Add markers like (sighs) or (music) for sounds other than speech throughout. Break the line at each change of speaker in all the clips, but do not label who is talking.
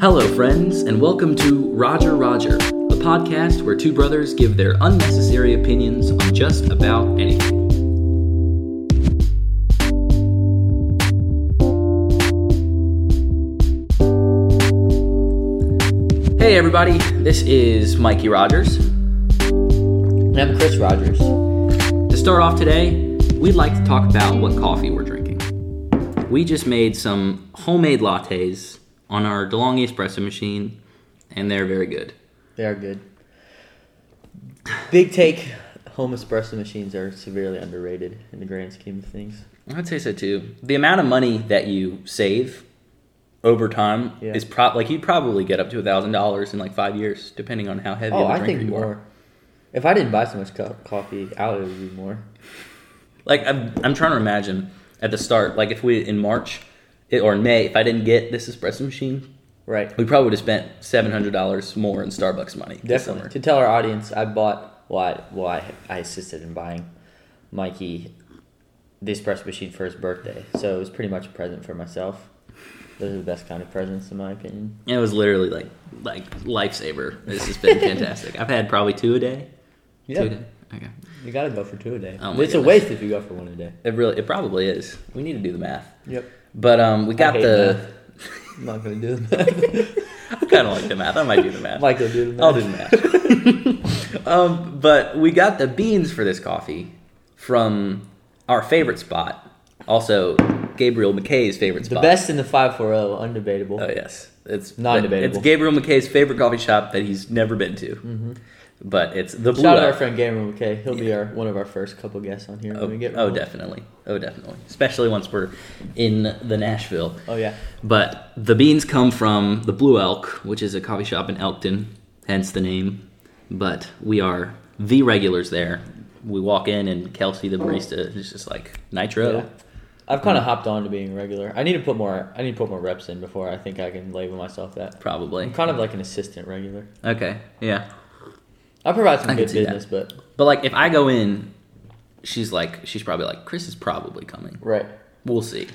Hello, friends, and welcome to Roger Roger, a podcast where two brothers give their unnecessary opinions on just about anything. Hey, everybody, this is Mikey Rogers.
And I'm Chris Rogers.
To start off today, we'd like to talk about what coffee we're drinking. We just made some homemade lattes on our DeLonghi espresso machine, and they're very good.
They are good. Big take home espresso machines are severely underrated in the grand scheme of things.
I'd say so too. The amount of money that you save over time
Yeah.
is pro like you'd probably get up to a thousand dollars in like five years, depending on how heavy
Oh,
of a
I
drinker
think
you
more.
are.
If I didn't buy so much co- coffee out, it would be more.
Like I'm, I'm trying to imagine at the start, like if we in March it, or in May, if I didn't get this espresso machine,
Right.
we probably would have spent seven hundred dollars more in Starbucks money. this
Definitely.
summer.
To tell our audience, I bought, well, I, well, I, I assisted in buying Mikey the espresso machine for his birthday. So it was pretty much a present for myself. Those are the best kind of presents, in my opinion.
It was literally like like lifesaver. This has
(laughs)
been fantastic. I've had probably two a day. Two a day. Okay.
You gotta go for two a day.
Oh my
it's a
goodness.
waste if you go for one a day.
It really, it probably is. We need to do the math.
Yep.
But um, we got
hate
the.
I'm not gonna
(laughs)
do that.
I kind of like the math. I might do the math.
Mike will do the
I'll do the
(laughs)
math. (laughs) um, but we got the beans for this coffee from our favorite spot, also Gabriel McKay's favorite
The
spot.
best in the 540, undebatable.
Oh yes, it's
Non-debatable.
It's Gabriel McKay's favorite coffee shop that he's never been to. But it's the Blue
Mm-hmm. Shout out to our
Owl.
friend Gamer McKay. He'll be our one of our first couple guests on here
Oh,
when we get
oh,
rolling.
definitely. Oh, definitely. Especially once we're in the Nashville.
Oh yeah.
But the beans come from the Blue Elk, which is a coffee shop in Elkton, hence the name. But we are the regulars there. We walk in and Kelsey, the barista, is just like nitro.
Yeah. I've kind of
Mm-hmm.
hopped on to being regular. I need to put more. I need to put more reps in before I think I can label myself that.
Probably.
I'm kind of like an assistant regular.
Okay. Yeah.
I provide some
I can
good
see that.
business, but
But like, if I go in, she's like, she's probably like, Chris is probably coming.
right.
We'll see.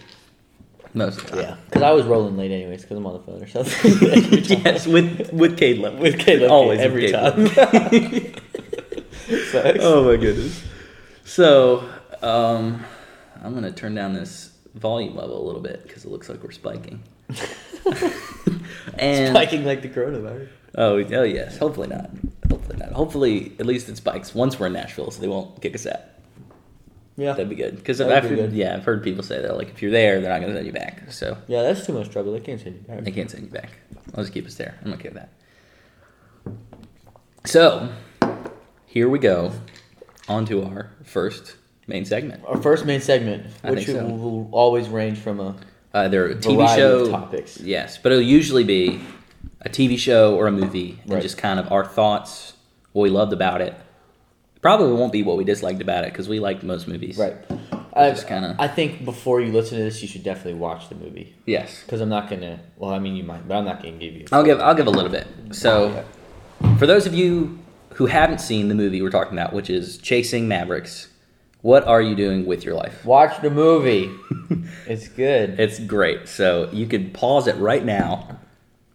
Most of the time.
Yeah. Because I was rolling late anyways. Because I'm on the phone
(laughs)
or something. (laughs) Every time.
yes, with with Caleb.
With Caleb.
Always with
every
Caleb.
time.
(laughs)
Sucks.
oh my goodness. So, um, I'm gonna turn down this volume level a little bit because it looks like we're
(laughs)
spiking. (laughs) and
Spiking like the coronavirus.
oh, oh yes, hopefully not. Hopefully not. Hopefully, at least it spikes once we're in Nashville, so they won't kick us out.
Yeah.
That'd be good. Because
That'd be good.
yeah, I've heard people say that like if you're there, they're not gonna send you back. So
Yeah, that's too much trouble. They can't send you back.
they can't send you back. I'll just keep us there. I'm okay with that. So, here we go. On to our first main segment.
Our first main segment,
I
which
think so.
will, will always range from a
Uh, there are TV
Variety
show
of topics.
Yes, but it'll usually be a TV show or a movie, and
Right.
just kind of our thoughts, what we loved about it. Probably won't be what we disliked about it because we liked most movies.
right. I
just kinda-
I think before you listen to this, you should definitely watch the movie
Yes.
because I'm not gonna. Well, I mean, you might, but I'm not gonna give you.
I'll give I'll give a little bit. So, for those of you who haven't seen the movie we're talking about, which is Chasing Mavericks, what are you doing with your life? (laughs)
Watch the movie. it's good.
It's great. So you could pause it right now.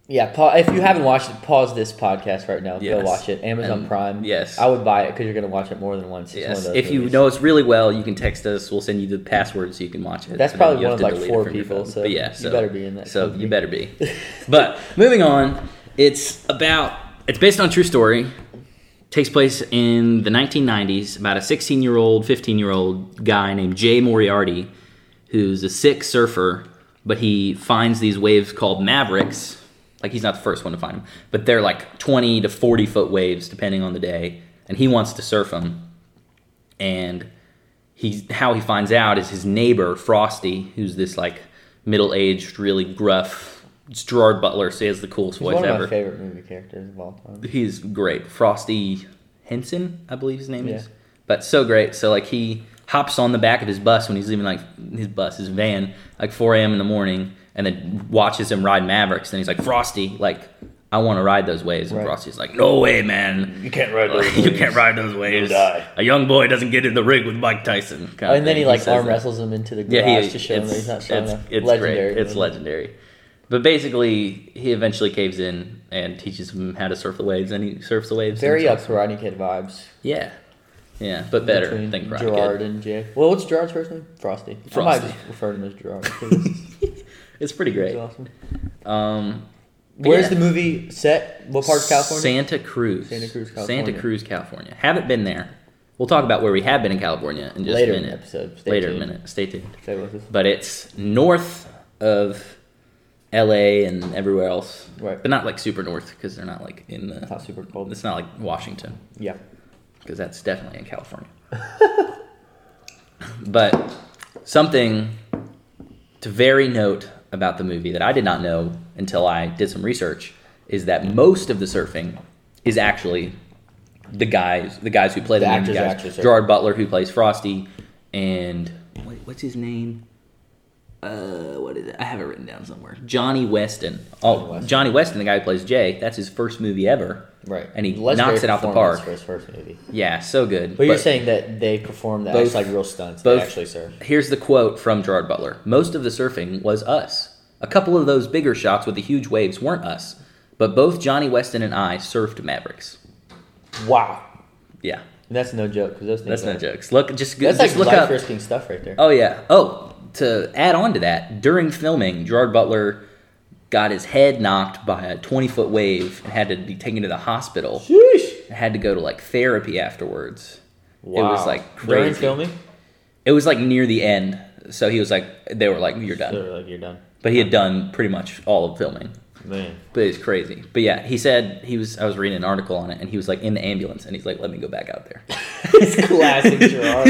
Yeah. Pa- if you haven't watched it, pause this podcast right now. Go
Yes.
watch it. Amazon
And-
Prime.
yes.
I would buy it because you're gonna watch it more than once. It's one of
Yes.
those
If you
movies.
know us really well, you can text us. We'll send you the password so you can watch it.
That's
And then
probably
you
one
have
of
to
like
delete it
four
from your
people,
phone.
so
But yeah,
you
so
better be in that
So
company.
you better
(laughs)
be. but moving on, it's about it's based on a true story. Takes place in the 1990s about a 16 year old, 15 year old guy named Jay Moriarty, who's a sick surfer, but he finds these waves called mavericks. Like he's not the first one to find them, but they're like 20 to 40 foot waves depending on the day, and he wants to surf them and he how he finds out is his neighbor Frosty, who's this like middle aged, really gruff. It's Gerard Butler, so he has the coolest
He's
voice
one of
ever.
my favorite movie characters of all time.
He's great, Frosty Henson, I believe his name
Yeah.
is. But so great, so like he hops on the back of his bus when he's leaving, like his bus, his van, like 4 a.m. in the morning, and then watches him ride Mavericks. And he's like, Frosty, like I I want to ride those waves. And
Right.
Rossi's like, no way, man.
You can't ride those.
(laughs) you
waves.
can't ride those waves.
die.
A young boy doesn't get in the rig with Mike Tyson. kind of
Oh, and then
thing.
he like
says
arm
that.
wrestles him into the garage
Yeah, he,
to show him that he's not strong
it's,
enough.
It's
legendary.
Great. It's legendary. But basically, he eventually caves in and teaches him how to surf the waves, and he surfs the waves.
Very up
himself.
Karate Kid vibes.
Yeah, yeah, but better
between
than Karate
Gerard
Kid.
and Jay. Well, what's Gerard's first name? Frosty. I
Frosty.
might just refer to him as
(laughs)
Gerard. 'cause
It's pretty
He's
great.
awesome.
Um, But
Where's
yeah.
the movie set? What part of California?
Santa Cruz.
Santa Cruz,
Santa
California.
Cruz, California. Haven't been there. We'll talk about where we have been in California in just
Later
a
in
minute.
the episode. Stay
Later
tuned.
minute. Stay tuned.
Stay with us.
But it's north of L.A. and everywhere else.
Right.
But not like super north because they're not like in the.
It's not super cold.
It's not like Washington,
Yeah.
because that's definitely in California. (laughs) but something to very note about the movie that I did not know until I did some research is that most of the surfing is actually the guys, the guys who play the,
The
main
actors are
guys,
actually surfing.
Gerard Butler who plays Frosty, and what, what's his name? Uh, what is it? I have it written down somewhere. Johnny Weston. Oh,
Johnny Weston.
Johnny Weston, the guy who plays Jay. That's his first movie ever.
Right.
And he
Legendary
knocks it out the
performance
park.
For his first movie.
Yeah, so good.
But, you're saying that they performed that
Both-
as like real stunts.
both-
they actually serve.
Here's the quote from Gerard Butler Most of the surfing was us. A couple of those bigger shots with the huge waves weren't us, but both Johnny Weston and I surfed Mavericks.
Wow.
Yeah,
And that's no joke because those things.
that's no
are-
jokes. Look, just,
That's
just
like
look up.
life-risking stuff right there.
Oh, yeah. Oh, to add on to that, during filming, Gerard Butler got his head knocked by a 20 foot wave and had to be taken to the hospital.
Sheesh.
Had to go to like therapy afterwards. It was like crazy.
during filming.
It was like near the end. So he was like, they were like, you're done.
So, like you're done,
But he had done pretty much all of filming. (laughs)
man.
But it's crazy. But yeah, he said he was. I was reading an article on it, and he was like in the ambulance, and he's like, "Let me go back out
(laughs)
there."
It's (laughs) classic Gerard.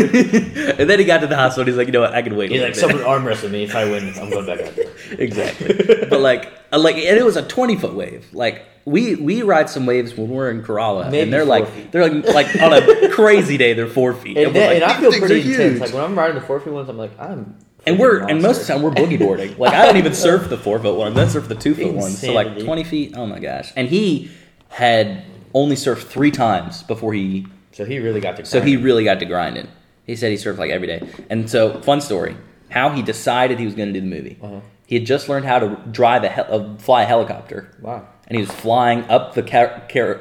(laughs) and then he got to the hospital. and He's like, "You know what? I can wait." a
He's
little
like,
bit."
someone arm wrestled me. If I win, I'm going back out there.
(laughs)
(laughs)
exactly. but like, I like, and it was a twenty foot wave. Like we we ride some waves when we're in Kerala,
Maybe
and they're
four
like
feet.
they're like like on
(laughs)
a crazy day they're four feet,
And,
we're
then,
like,
and I
"These
feel
things are
pretty
huge."
intense. Like when I'm riding the four feet ones, I'm like, I'm.
and
freaking
we're and most of the
monster.
time we're boogie boarding. Like I don't even surf the four foot one. Then surf the two foot one. So like
Insanity.
twenty feet. Oh my gosh! And he had only surfed three times before he.
So he really got to.
So
grind.
he really got to grinding. He said he surfed like every day. And so fun story. How he decided he was going to do the movie.
Uh-huh.
He had just learned how to drive a, hel- uh, fly a helicopter,
Wow.
and he was flying up the Ca- Car-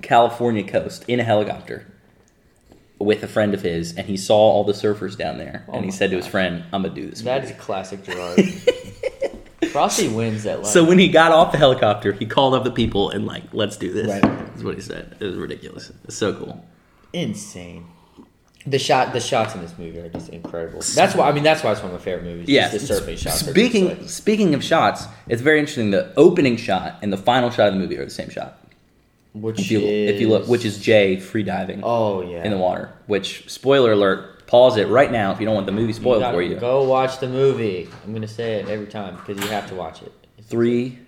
California coast in a helicopter with a friend of his, and he saw all the surfers down there,
Oh
and he
my
said to his friend, "I'm gonna do this."
That is classic Gerard.
(laughs)
Frosty wins that line.
So when he got off the helicopter, he called up the people and like, let's do this.
Right.
That's what he said. It was ridiculous. It's so cool.
insane. The shot, the shots in this movie are just incredible. That's why I mean that's why it's one of my favorite movies.
Yeah.
just the surfing shots. are just
Speaking
like-
speaking of shots, it's very interesting. The opening shot and the final shot of the movie are the same shot.
which
If you
is,
if you look, which is Jay free diving
oh yeah,
in the water. Which spoiler alert. Pause it right now if you don't want the movie
You
spoiled
gotta
for you.
Go watch the movie. I'm gonna say it every time because you have to watch it. It's-
Three,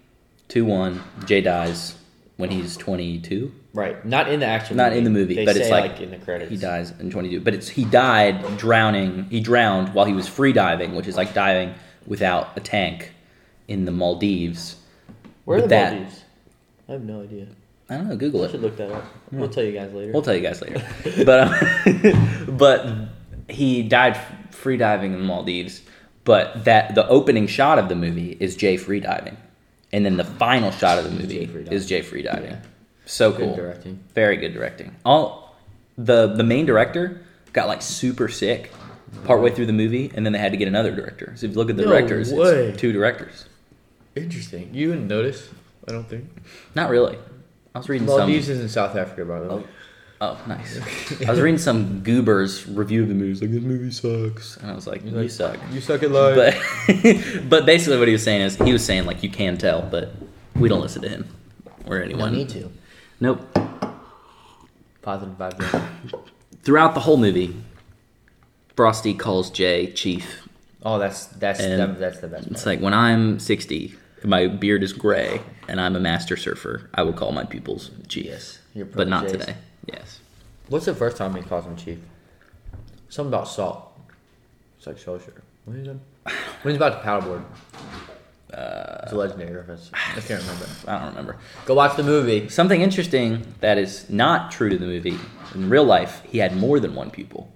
two, one. Jay dies when he's twenty two.
Right, not in the action.
Not in the movie,
They
but it's
say,
like,
in the credits.
He dies in 22, but it's he died drowning. He drowned while he was free diving, which is like diving without a tank in the Maldives.
Where are
but
the
that-
Maldives? I have no idea.
I don't know. Google
I should
it.
look that up. We'll tell you guys later.
Hmm. We'll tell you guys
(laughs)
later. but um, (laughs) but he died f- free diving in the Maldives. But that the opening shot of the movie is Jay free diving, and then the final shot of the movie
Jay free diving.
is Jay free diving. So
Good
cool.
directing.
Very good directing. All the the main director got like super sick partway through the movie, and then they had to get another director. So if you look at the
No
directors,
way.
it's two directors.
Interesting. You didn't notice? I don't think.
Not really. I was reading
Maldives
some.
is in South Africa, by the way.
Oh,
(laughs)
nice. I was reading some goobers review of the movie. He's like, "This movie sucks," and I was like, "You suck."
You suck at life.
But (laughs) but basically, what he was saying is he was saying like, "You can tell," but we don't listen to him or anyone.
need to.
Nope.
Positive
(laughs)
vibes.
Throughout the whole movie, Frosty calls Jay Chief
oh, that's that's
And-
that, that's the best.
It's like when I'm 60, my beard is gray, and I'm a master surfer. I will call my pupils chief,
Yes, your
but not
proteges.
today. Yes,
What's the first time he calls him chief? Something about salt. It's like soul sugar. What is it? When he's about to paddleboard.
It's a legendary reference. I can't remember.
Uh, I don't remember.
Go watch the movie.
Something interesting that is not true to the movie. In real life, he had more than one pupil.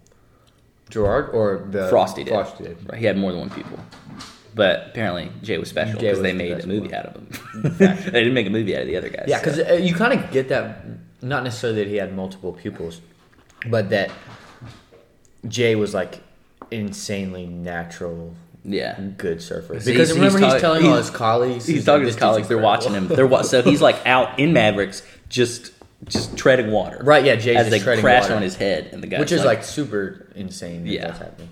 Gerard or the
Frosty did.
Frosty Uh, did.
Right, He had more than one pupil. But apparently, Jay was special
Jay
because
was
they
the
made a
best
movie
one.
out of him. (laughs) they didn't make a movie out of the other guys.
Yeah,
so.
because you kind of get that, not necessarily that he had multiple pupils, but that Jay was like insanely natural,
yeah,
good surfer.
Because
Because
he's-
remember,
he's
he's,
talk-
telling all
he's-
his colleagues.
he's talking to
like,
his
"This dude's
colleagues. They're
incredible."
watching him. They're
(laughs)
wa- so he's like out in Mavericks, just just treading water.
Right, yeah, Jay's
as
just
they
treading
crash
water.
on his head, and the guy,
Which is like, super insane. That
Yeah.
That's happening.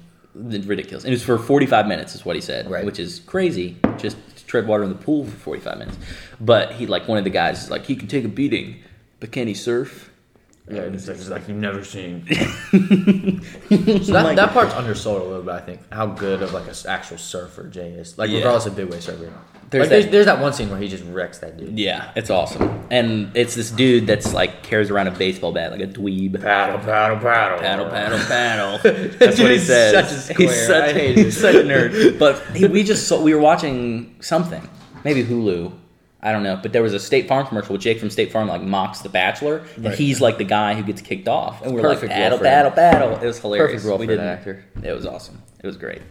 ridiculous. And it was for 45 minutes, is what he said,
Right.
which is crazy. Just to tread water in the pool for 45 minutes. But he, like, one of the guys is like, he can take a beating, but can he surf?
Yeah, it's like, you've never (laughs) seen.
So
that, that part's undersold a little bit. I think how good of like an actual surfer Jay is. Like
Yeah.
regardless of big wave surfer.
There's
There's, like, there's,
that-
there's that one scene where he just wrecks that dude.
yeah, it's awesome. And it's this dude that's like carries around a baseball bat like a dweeb.
Paddle, paddle, paddle,
Paddle, paddle, paddle. That's what
dude
he
is
says.
such a
He's
square.
such,
I hate
he's such a
(laughs)
nerd. But he, we just saw, we were watching something, maybe Hulu. I don't know, but there was a State Farm commercial with Jake from State Farm like mocks The Bachelor, and
Right.
he's like the guy who gets kicked off, and we're
Perfect
like
role
battle,
for him.
battle, battle. It was hilarious.
Perfect role
we
for that
didn't-
actor.
It was awesome. It was great.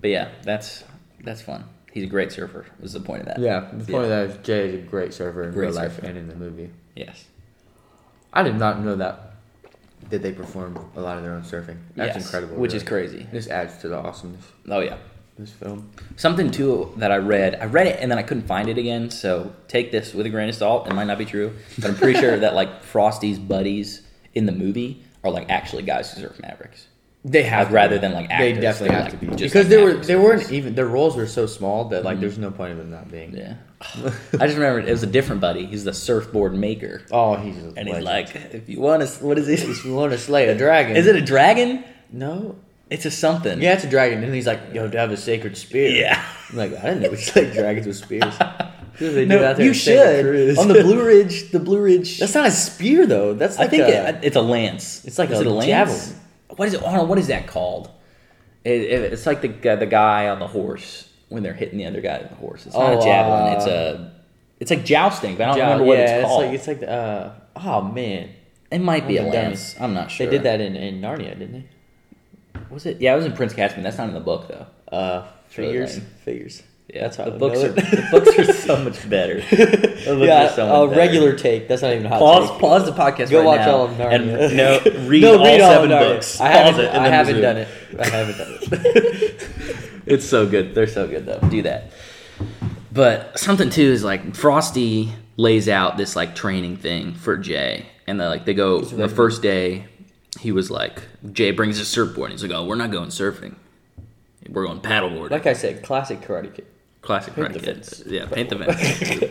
But yeah, that's that's fun. He's a great surfer. Was the point of
(laughs)
that?
Yeah, the point of that is Jay is a great surfer in
Great
real life
surfer.
and in the movie.
Yes.
I did not know that that they performed a lot of their own surfing. That's
Yes,
incredible.
Which is
really.
crazy.
This adds to the awesomeness
Oh yeah.
of this film.
Something too that I read. I read it and then I couldn't find it again. So take this with a grain of salt. It might not be true, but I'm pretty
(laughs)
sure that like Frosty's buddies in the movie are like actually guys who surf Mavericks.
They
have to rather be. than, like, actors,
They definitely
they're,
have
like,
to be
just
because
like
they were
actors. Mm-hmm.
they weren't even their roles were so small that like there's no point of them not being.
Yeah. (laughs) I just remembered it was a different buddy. He's the surfboard maker,
Oh, he's a
and he's
legend.
like, if you want to, what is
if
this?
you want to slay a dragon,
Is it a dragon?
no?
It's a something. (laughs)
Yeah, it's a dragon. And he's like, yo, to have a sacred spear.
Yeah.
I'm like I didn't know we slayed dragons with spears.
(laughs)
That's what they do
No,
out there
you
in Santa
should
Cruz.
on the
(laughs)
Blue Ridge. The Blue Ridge.
That's not a spear though. That's
I
like
think
a-
it, it's a lance.
it's like
Is
a
it a lance?
javelin.
What is it? Arnold, what is that called? It, it- it's like the gu- the guy on the horse when they're hitting the other guy on the horse. It's not
Oh,
a javelin. it's
uh,
a it's like jousting, but I don't
Jow-
remember what
yeah,
it's called.
like it's like the uh, oh man,
it might be a
I'm a dummy.
lance. I'm not sure.
they did that in, in Narnia, didn't they?
Was it? Yeah, it was in Prince Caspian. That's not in the book though.
Uh,
Sure
figures,
thing.
figures.
Yeah,
that's how
the
I
books
know
are
it.
the
(laughs)
books are so much better. The books
yeah,
are so
a
much better.
regular take. That's not even a hot.
Pause,
take.
pause the podcast.
Go
right
watch
now
all of Narnia.
And, no,
(laughs)
read
No,
all
read all of
seven
Narnia.
books.
I
Pause
haven't,
it and
I
then
haven't
resume.
done it. I haven't done
(laughs)
it.
It's so good. They're so good though. Do that. But something too is like Frosty lays out this like training thing for Jay, and they like they go the first day. He was like, Jay brings his surfboard. He's like, oh, we're not going surfing. We're going paddleboarding.
Like I said, classic Karate Kid.
Classic
Paint
Karate
the
Kid.
fence.
Yeah, paint the fence. (laughs)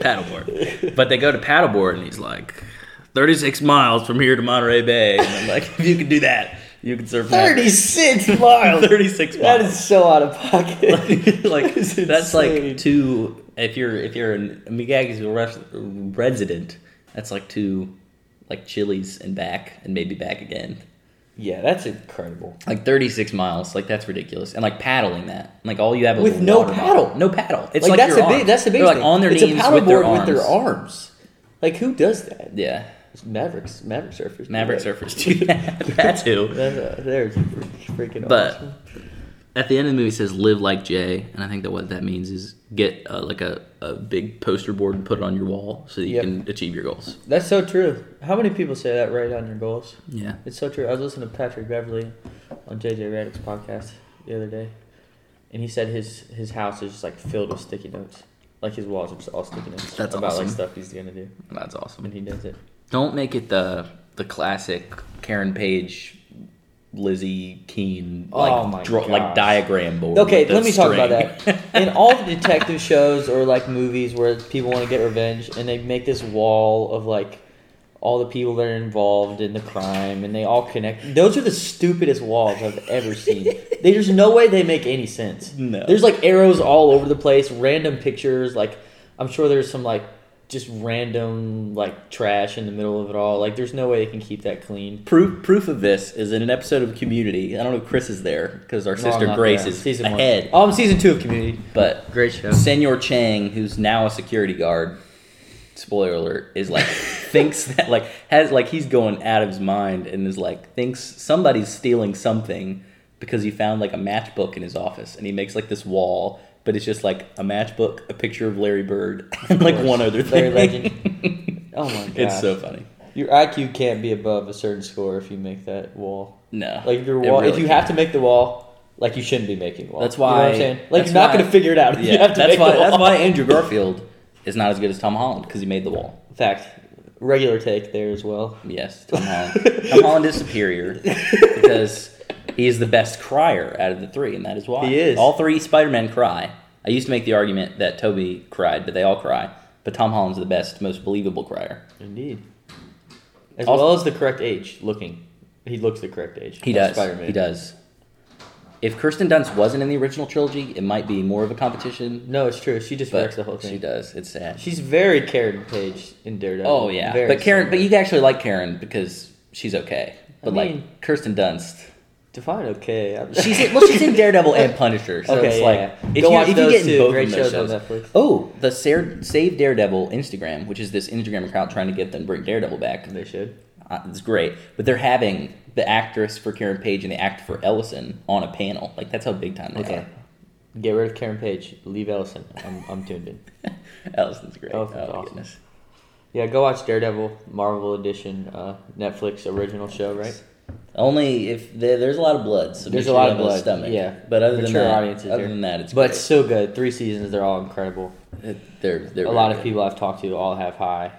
paddleboard. But they go to paddleboard, and he's like, 36 miles from here to Monterey Bay. And I'm like, if you can do that, you can surf (laughs) Mavericks."
(laughs) Thirty-six miles.
36 miles.
That is so out of (laughs) pocket.
(laughs) like
It's
that's
insane.
like two. If you're if you're an a Megagasville res- resident, that's like two, like Chili's and back, and maybe back again.
Yeah, that's incredible.
Like thirty six miles, like that's ridiculous. And like paddling that, like all you have is
With
a
no
water bottle.
paddle.
no paddle. It's
Like,
like,
that's
your
the big-
arm.
that's the big
They're like
thing.
on their
It's a
knees with their
paddleboard
arms.
with their arms. Like who does that?
Yeah,
It's Mavericks, Maverick surfers. do
Maverick
that.
surfers do
(laughs)
that. that's who.
That's, uh, they're freaking
But-
awesome.
at the end of the movie it says live like jay and i think that what that means is get uh, like a, a big poster board and put it on your wall so that you
Yep.
can achieve your goals
That's so true. How many people say that right on your goals?
yeah
It's so true. I was listening to Patrick Beverly on JJ Reddick's podcast the other day, and he said his his house is just like filled with sticky notes. Like his walls are just all sticky notes
That's
about
awesome.
like stuff he's gonna do,
that's
and
awesome
he does it.
don't make it the the classic karen page lizzie keen like
Oh my
dra- like
gosh.
diagram board
Okay,
with the
let me talk about
string. (laughs)
that. In all the detective shows or like movies where people want to get revenge and they make this wall of like all the people that are involved in the crime and they all connect. Those are the stupidest walls I've
(laughs)
ever seen. There's no way they make any sense.
No.
There's like arrows all over the place, random pictures, like I'm sure there's some like just random like trash in the middle of it all. Like there's no way they can keep that clean.
Proof proof of this is in an episode of Community. I don't know if Chris is there because our
No,
sister
I'm not
Grace
there.
is
season
ahead.
One. Oh, I'm season two of Community.
But
Great show.
Senor Chang, who's now a security guard, spoiler alert, is
(laughs)
like thinks that like has like he's going out of his mind and is like thinks somebody's stealing something because he found like a matchbook in his office and he makes like this wall, but it's just like a matchbook, a picture of Larry Bird, (laughs) and like
course.
one other thing.
Larry Legend. Oh my god.
(laughs) It's so funny.
Your IQ can't be above a certain score if you make that wall.
No,
Like your
it
wall, if
really
you
can't.
have to make the wall, like you shouldn't be making the wall.
That's
You know what
why-
I'm saying? Like
that's
you're not
why-
going to figure it out. if you
yeah,
have to
that's
make
why
the
that's
wall. (laughs)
why Andrew Garfield is not as good as Tom Holland because he made the wall.
Fact, regular take there as well.
Yes, Tom Holland. Tom Holland is superior because he is the best crier out of the three, and that is why.
He is.
All three Spider-Men cry. I used to make the argument that Toby cried, but they all cry. But Tom Holland's the best, most believable crier.
Indeed. As
Also-
well as the correct age. Looking, he looks the correct age.
He
That's
does.
Spider-Man.
He does. If Kirsten Dunst wasn't in the original trilogy, it might be more of a competition.
No, it's true. She just
But
wrecks the whole thing.
she does. It's sad.
She's very Karen Page in Daredevil.
oh yeah,
Very
but Karen. But
similar.
you actually like Karen because she's okay. But
mean-
like Kirsten Dunst.
define okay. I'm-
She's in, well, she's
(laughs)
in Daredevil and Punisher. So
Okay,
it's
yeah,
like
yeah.
if,
Go
you,
watch
if you
those
get in
two.
both
Great
of those
shows on
shows.
Netflix.
Oh, the Sar- Save Daredevil Instagram, which is this Instagram account trying to get them to bring Daredevil back.
they should.
Uh, it's great, but they're having the actress for Karen Page and the actor for Ellison on a panel. Like that's how big time they
Okay.
are.
Get rid of Karen Page. Leave Ellison. I'm, I'm tuned in.
(laughs) Ellison's great.
Ellison's
oh my
awesome.
goodness.
Yeah, go watch Daredevil, Marvel Edition, uh, Netflix original show, right?
Only if there, there's a lot of blood. So make
There's a
sure
lot
you
of
have
blood.
Stomach.
Yeah,
but other than
mature
that,
audiences
other
here.
than that, it's
but it's
great.
so good. Three seasons, they're all incredible.
It- they're, they're
a
very
lot of
good.
people I've talked to all have high.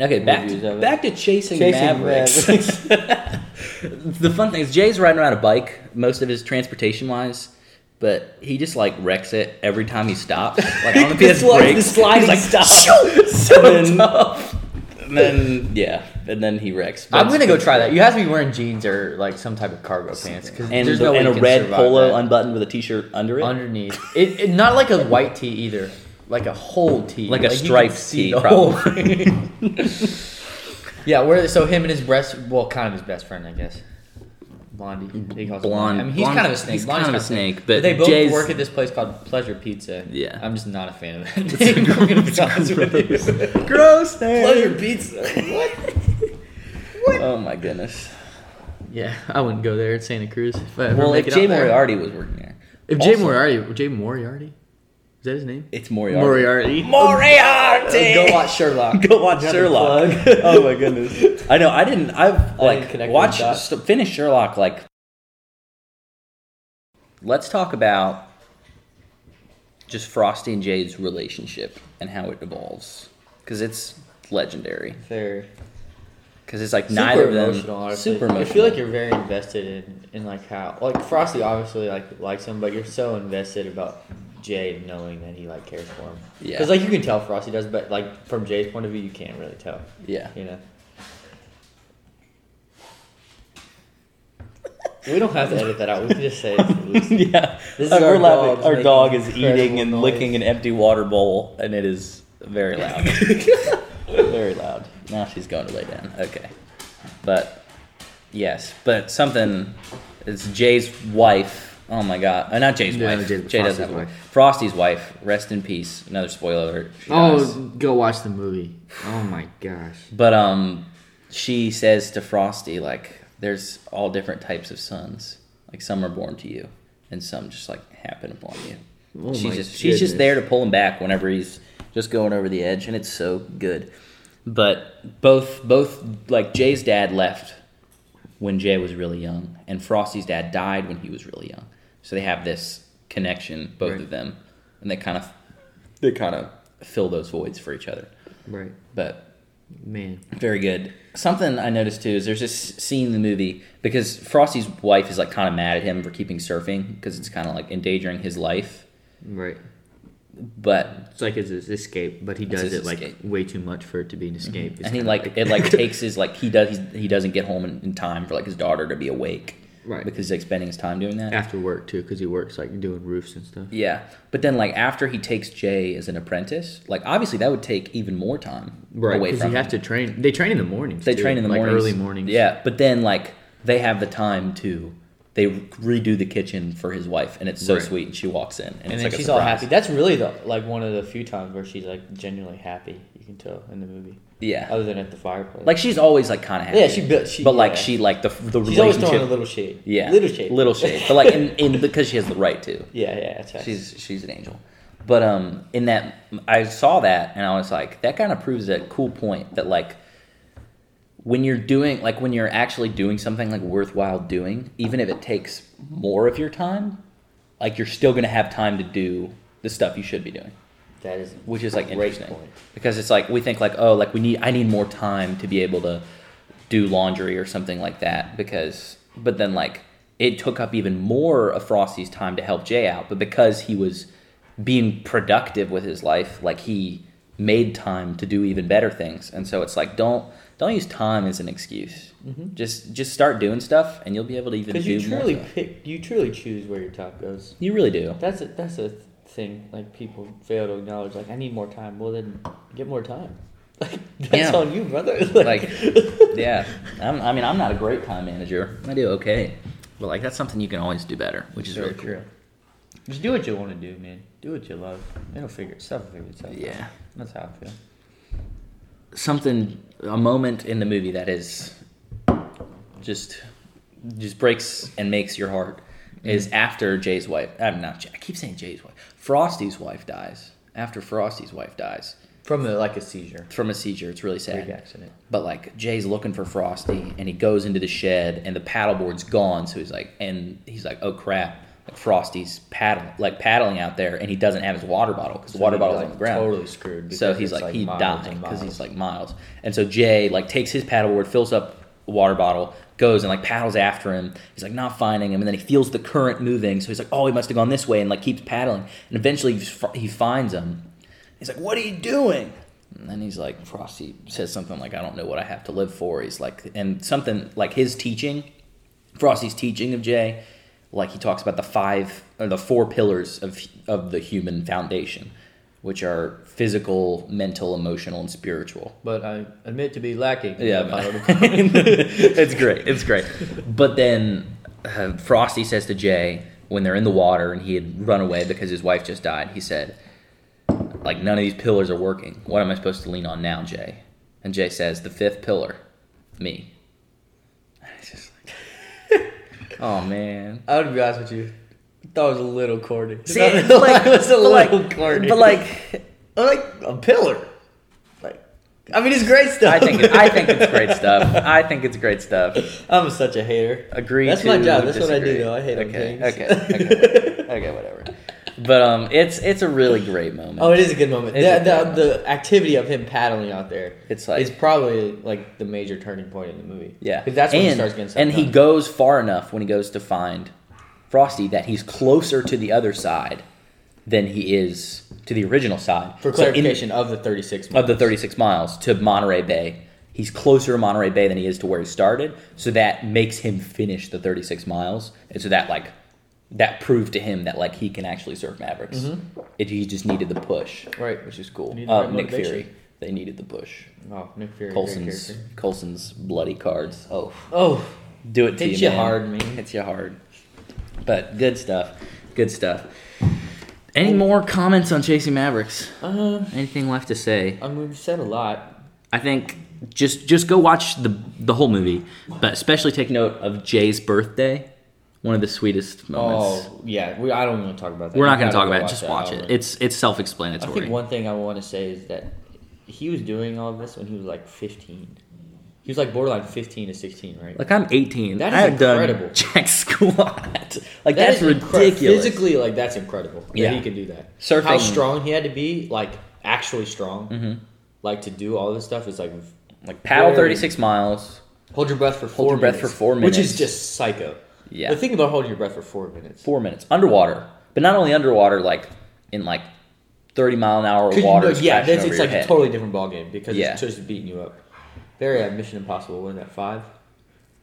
Okay, back
reviews
to,
of it.
back to chasing,
Chasing
Mavericks. (laughs) the fun thing is Jay's riding around a bike most of his transportation wise, but he just like wrecks it every time he stops. Like on (laughs) the
He
PS
just loves the
brakes, he's
sliding
like
stop.
(laughs) "Shoo!" so
Then-
tough. And then yeah, and then he wrecks.
I'm gonna go
That's-
try that. You have to be wearing jeans or like some type of cargo pants because
And,
there's
the-
no way
and
you
a
can
red
survive
polo
that.
unbuttoned with a t-shirt under it.
underneath. It, it not like a white tee either, like a whole tee,
Like a
you can
striped
see
tee,
the whole
probably.
thing. (laughs) yeah, where so him and his breast, well, kind of his best friend, I guess. Blondie, he calls him
Blonde-
I mean, he's
blonde-
kind of a snake.
he's
Blondie's
kind of a snake, but
they both
Jay's-
work at this place called Pleasure Pizza.
Yeah.
I'm just not a fan of (laughs) it. I'm gonna be honest with you.
Gross. name.
Pleasure Pizza. What?
Oh my goodness.
Yeah, I wouldn't go there at Santa Cruz. If I ever
Well,
make
if
it out
Jay
there.
Moriarty was working there,
If Jay
Also-
Moriarty, Jay Moriarty, is that his name?
it's Moriarty.
Moriarty.
Moriarty.
(laughs) go watch Sherlock.
Go watch
Another
Sherlock.
plug. (laughs)
oh my goodness. I know. I didn't. I've like
connect
watched
those dots.
st- finished Sherlock. Like, let's talk about just Frosty and Jade's relationship and how it evolves because it's legendary.
Very.
Because it's like
Super
neither of them
emotional, honestly.
super emotional.
I feel like you're very invested in, in like how like Frosty obviously like likes him, but you're so invested about Jay knowing that he like cares for him.
Yeah.
Because like you can tell Frosty does, but like from Jay's point of view, you can't really tell.
yeah.
You know. we don't have to edit that out. We can just say it's
(laughs)
(laughs)
Lucy.
yeah,
This is
Uh,
our
we're laughing.
dog's
Our
making
dog is
incredible
eating and
noise.
licking an empty water bowl, and it is very
(laughs)
loud. very loud. Now she's going to lay down. Okay, but yes, but something. It's Jay's wife. Oh my god! Uh, not Jay's
No,
wife.
Jay's-
Jay
Frosty's
doesn't. Wife.
wife.
Frosty's wife. Rest in peace. Another spoiler alert. She dies.
Oh, go watch the movie. Oh my gosh.
But um, she says to Frosty, like, there's all different types of sons. Like some are born to you, and some just like happen upon you.
Oh
she's
my
just she's just
goodness.
there to pull him back whenever he's just going over the edge, and it's so good. But both both like Jay's dad left when Jay was really young, and Frosty's dad died when he was really young. So they have this connection, both
Right.
of them, and they kind of they kind of fill those voids for each other.
Right,
But
man.
very good. Something I noticed too is there's this scene in the movie because Frosty's wife is like kind of mad at him for keeping surfing because it's kind of like endangering his life.
Right.
But
It's like it's his escape, but he does
his
it like
escape. Mm-hmm.
way too much for it to be an escape. It's
and he
kinda (laughs)
like it like takes his like he does he's, he doesn't get home in, in time for like his daughter to be awake.
Right.
Because he's like spending his time doing that.
after work too, because he works like doing roofs and stuff.
Yeah, but then like after he takes Jay as an apprentice, like obviously that would take even more time
Right,
away
because
from.
you
him.
have to train. They train in the mornings.
they
too,
train in the
like
mornings.
early mornings.
Yeah, but then like they have the time to they redo the kitchen for his wife, and it's so
Right.
sweet. And she walks in, and,
And
it's
then
like
she's
a
all
surprise.
happy. That's really the like one of the few times where she's like genuinely happy. You can tell in the movie,
Yeah,
other than at the fireplace.
like she's always like kind of happy.
Yeah, she built- she-
but like
yeah.
she like the the
she's always
relationship.
throwing a little shade.
yeah,
little shade.
little shade. But like in, in because she has the right to.
(laughs) yeah, yeah, that's right.
She's she's an angel. But um, in that I saw that and I was like, that kind of proves that cool point that like when you're doing like when you're actually doing something like worthwhile doing, even if it takes more of your time, like you're still gonna have time to do the stuff you should be doing,
that is
which is like
Great
interesting
point.
because it's like we think like oh like we need I need more time to be able to do laundry or something like that because but then like it took up even more of Frosty's time to help Jay out but because he was being productive with his life like he made time to do even better things and so it's like don't don't use time as an excuse just just start doing stuff and you'll be able to even do
Mm-hmm. because you
more
truly
stuff.
pick, you truly choose where your top goes.
you really do
That's a that's a thing like people fail to acknowledge. Like I need more time. Well then, get more time. (laughs) Like that's
Yeah.
on you, brother. (laughs)
Like, yeah. I'm, I mean, I'm not a great time manager. I do okay, but like that's something you can always do better, which is
So
really cool.
true. Just do what you want to do, man. Do what you love. It'll figure itself. Figure itself. out.
Yeah.
that's how I feel.
Something, a moment in the movie that is just just breaks and makes your heart is after Jay's wife. I'm not. Jay- I keep saying Jay's wife. Frosty's wife dies. After Frosty's wife dies
From the, like a seizure,
from a seizure, it's really sad.
big accident.
But like Jay's looking for Frosty, and he goes into the shed, and the paddleboard's gone. So he's like, and he's like, oh crap! Like Frosty's paddle, like paddling out there, and he doesn't have his water bottle because the
So
water
he'd be,
bottle's
like,
on the ground.
Totally screwed.
So
because
he's
it's,
like, he
miles
died
and
because
miles.
he's like miles. And so Jay like takes his paddleboard, fills up a water bottle, goes and like paddles after him. He's like not finding him, and then he feels the current moving. So he's like, oh, he must have gone this way, and like keeps paddling. And eventually he f- he finds him. He's like, what are you doing? And then he's like, Frosty says something like, I don't know what I have to live for. He's like, and something like his teaching Frosty's teaching of Jay, like he talks about the five or the four pillars of of the human foundation, which are physical, mental, emotional, and spiritual. (laughs)
But I admit to be lacking. in
Yeah,
the
man.
bottom.
it's great. It's great. But then uh, Frosty says to Jay when they're in the water and he had run away because his wife just died. He said, "Like none of these pillars are working. What am I supposed to lean on now, Jay?" And Jay says, "The fifth pillar, me." (laughs) And it's just like, (laughs) oh man.
I would be honest with you. That was a little corny. (laughs)
See, like,
it was a
but like-
little corny.
But like,
(laughs) like a pillar. Like, I mean, it's great stuff.
I think it, I think it's great stuff. I think it's great stuff.
(laughs) I'm such a hater.
Agree.
That's my
to
job. That's what I do,
disagree.
though. I hate on
okay,
things.
Okay.
(laughs)
Okay. okay. Whatever. But um, it's it's a really great moment.
Oh, it is a good moment.
It's a
The,
good
the,
moment.
the activity of him paddling out there.
It's like-
is probably like the major turning point in the movie.
yeah.
'Cause that's when
and,
he starts getting. stuff
And he
done.
goes far enough when he goes to find Frosty that he's closer to the other side than he is to the original side.
for
So in-
clarification of the 36
of the
miles.
36 miles to Monterey Bay. He's closer to Monterey Bay than he is to where he started, so that makes him finish the 36 miles, and so that like that proved to him that like he can actually surf Mavericks. It, he just needed the push.
Mm-hmm. Right.
which is cool.
You need the
Uh,
right
Nick
motivation.
Fury, they needed the push.
Oh, Nick Fury. great
Colson's
character.
Colson's bloody cards. Oh,
Oh,
do it to
hits
you,
you
man.
hard, man.
Hits you hard. But good stuff. Good stuff. Any more comments on Chasing Mavericks?
Um,
Anything left to say?
I mean, we've said a lot.
I think just just go watch the the whole movie, but especially take note of Jay's birthday. One of the sweetest moments.
Oh, yeah. We, I don't want to talk about that.
We're not
You
going to
gotta
talk
go
about it. Just
that.
watch
I'll-
it. It's it's
I
self-explanatory.
think one thing I want to say is that he was doing all this when he was like 15. He was like borderline 15 to 16, right?
like I'm 18.
That
I
is
have
incredible.
done (laughs) jack squat. Like
That
that's
is incre-
ridiculous.
Physically, like that's incredible. that
Yeah.
he could do that.
Surfing- Mm-hmm.
How strong he had to be, like actually strong, like to do all this stuff is like
like paddle
very-
36 miles.
hold your breath for four
Hold your breath
minutes,
for four
which
minutes.
is just psycho.
Yeah.
but think about holding your breath for four minutes.
four minutes underwater, but not only underwater, like in like thirty mile an hour
'Cause you
water.
know- yeah,
crashing
that's,
over your
it's like a
head.
totally different ballgame because
Yeah.
it's just beating you up. Very uh, Mission Impossible, wasn't that five?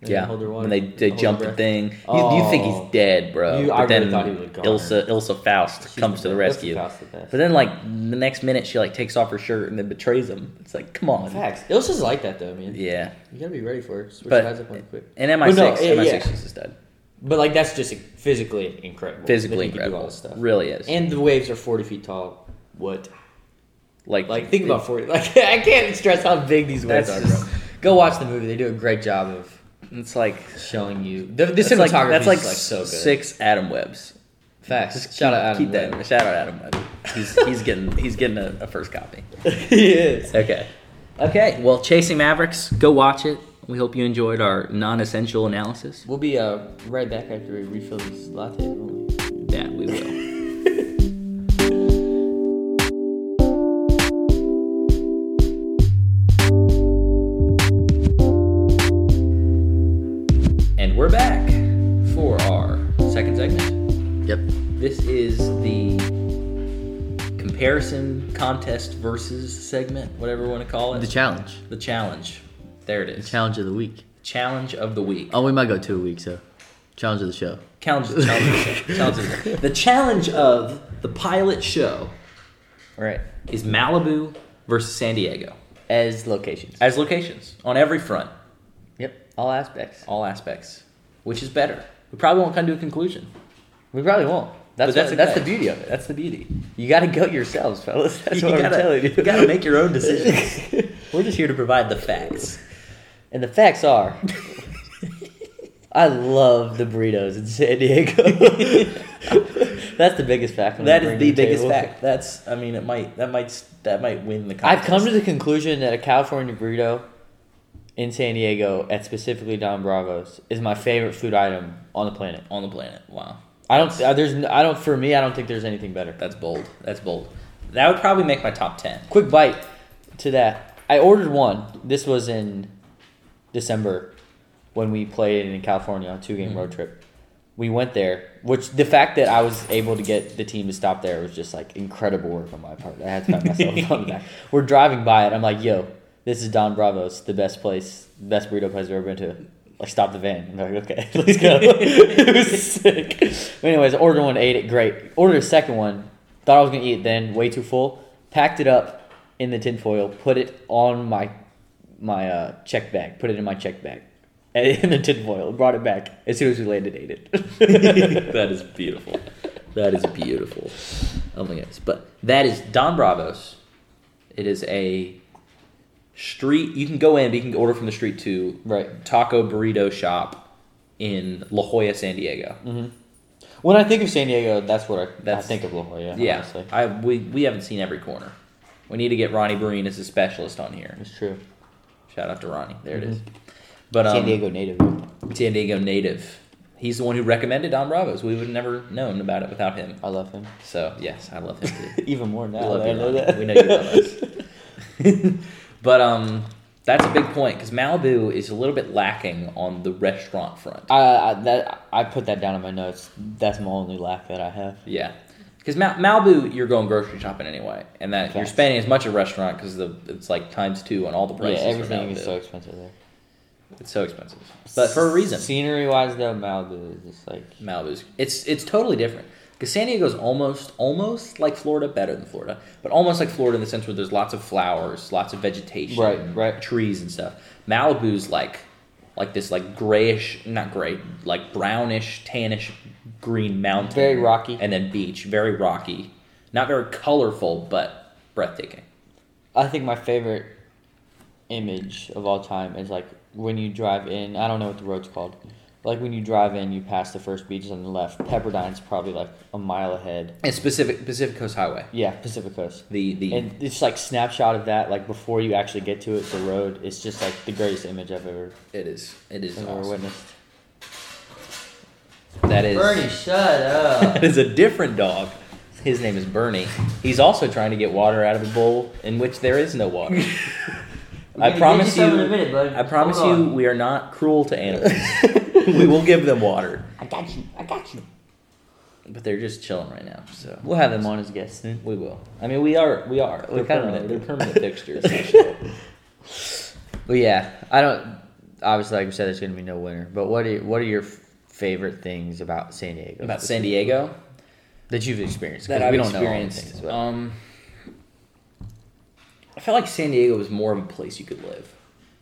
And
Yeah,
hold their water-
when they, they
hold
jump
their
the
breath.
thing, you, you think
Oh.
he's dead, bro.
You-
but
I really
then
thought he was gone.
Ilsa Ilsa Faust
She's
comes to the
best.
rescue.
Ilsa Faust is the best.
But then, like the next minute, she like takes off her shirt and then betrays him. It's like, come on,
Facts. Ilsa's like that though, man.
yeah.
You gotta be ready for it. Switch
But
eyes up on it quick.
and MI6,
Well, no, yeah,
MI6,
yeah.
she's just dead.
But like that's just physically incredible. that
Physically
he could do all
incredible,
this stuff.
really is.
And the waves are forty feet tall. What?
like,
Like think about forty. Like (laughs) I can't stress how big these waves
That's
are, bro.
just-
Go watch the movie. They do a great job of
it's like
showing you the, the
that's like,
cinematography.
that's
is like
like,
so good.
six atom webs.
Facts.
Just
Shout out Adam.
Keep that. in- Shout out Adam Webb. He's he's getting he's getting a, a first copy.
he is.
Okay. Okay. Well, Chasing Mavericks, go watch it. We hope you enjoyed our non-essential analysis.
We'll be uh, right back after we refill this latte. won't we?
That we will. (laughs) and we're back for our second segment.
Yep.
This is the comparison contest versus segment, whatever we want to call it.
The challenge.
The challenge. There it is.
Challenge of the week.
challenge of the week.
Oh, we might go two a week, so challenge of the show.
Challenge, challenge, challenge. The challenge of the pilot show
All right.
is Malibu versus San Diego
As locations.
as locations on every front,
Yep. All aspects.
all aspects. Which is better? We probably won't come to a conclusion,
We probably won't. That's
but that's
what-
okay.
that's the beauty of it.
That's the beauty.
You got to go yourselves, fellas. That's
You
what
gotta-
I'm telling you.
you gotta make your own decisions. We're just here to provide the facts.
(laughs) and the facts are, (laughs) I love the burritos in San Diego. (laughs) That's the biggest fact. I'm
That
gonna
is the
bring to
biggest
table.
fact. That's. I mean, it might. That might. That might win the.
I've
Contest.
come to the conclusion that a California burrito in San Diego, at specifically Don Bravo's, is my favorite food item on the planet.
on the planet. Wow.
I don't. I, there's. n- I don't. For me, I don't think there's anything better.
That's bold. That's bold. That would probably make my top
(laughs)
ten.
quick bite to that. I ordered one. This was in December when we played in California on a two game road trip. We went there, which the fact that I was able to get the team to stop there was just like incredible work on my part. I had to pat myself on the back. We're driving by it. I'm like, yo, this is Don Bravo's, the best place, best burrito place I've ever been to. Like, stop the van. I'm like, okay, (laughs) let's go. (laughs) it was sick. Anyways, I ordered one, ate it, great. Ordered a second one, thought I was gonna eat it then, way too full. Packed it up in the tinfoil, put it on my my uh, check bag, put it in my check bag, (laughs) in the tinfoil, brought it back as soon as we landed, ate it. (laughs)
that is beautiful. That is beautiful. Oh my goodness. But that is Don Bravos. It is a street. You can go in, but you can order from the street too.
Right.
Taco burrito shop in La Jolla, San Diego.
Mm-hmm. when I think of San Diego, that's what I,
That's-
I think of La Jolla.
Yeah.
honestly.
I we, we haven't seen every corner. We need to get Ronnie Breen as a specialist on here.
it's true.
Shout out to Ronnie. There it is. But um,
Mm-hmm. San Diego native.
San Diego native. He's the one who recommended Don Bravos. We would have never known about it without him.
I love him (laughs)
So yes, I love him too.
even more now.
We love
that I
you,
know
Ronnie.
that.
We know you
(laughs)
love us. (laughs) but um, that's a big point because Malibu is a little bit lacking on the restaurant front.
I, I that I put that down in my notes. That's my only lack that I have.
Yeah, because Mal- Malibu, you're going grocery shopping anyway, and that you're
Facts.
spending as much at restaurant because the it's like times two on all the prices.
yeah,
for
everything
Malibu.
is so expensive there.
it's so expensive, but for a reason.
Scenery wise, though, Malibu is just like
Malibu's it's it's totally different because San Diego's almost almost like Florida, better than Florida, but almost like Florida in the sense where there's lots of flowers, lots of vegetation,
Right, right.
trees and stuff. Malibu's like like this like grayish, not gray, like brownish, tannish, green mountain,
Very rocky.
and then beach, very rocky, not very colorful, but breathtaking.
I think my favorite image of all time is like when you drive in. I don't know what the road's called. Like when you drive in, you pass the first beaches on the left. Pepperdine's probably like a mile ahead.
And specific Pacific Coast Highway,
Yeah, Pacific Coast.
the the
And it's like snapshot of that, like before you actually get to it, the road. It's just like the greatest image I've ever,
it is it is
I've ever
awesome.
witnessed.
that is
shut up.
(laughs) That is a different dog. His name is Bernie. He's also trying to get water out of a bowl in which there is no (laughs) water. I promise you. I promise you,
(laughs)
we are not cruel to (laughs) animals. we will give them water,
I got you. I got you.
but they're just chilling right now. So
We'll have them on as guests soon.
we will. I mean, we are. We are.
We
They're (laughs)
kinda
permanent.
are.
They're permanent fixtures. essentially.
But yeah, I don't. obviously, like we said, there's going to be no winner. But what are what are your f- favorite things about San Diego?
about San Diego
that you've experienced. 'Cause
that I've
we don't know all the
experienced.
things, but-
um, I felt like San Diego was more of a place you could live.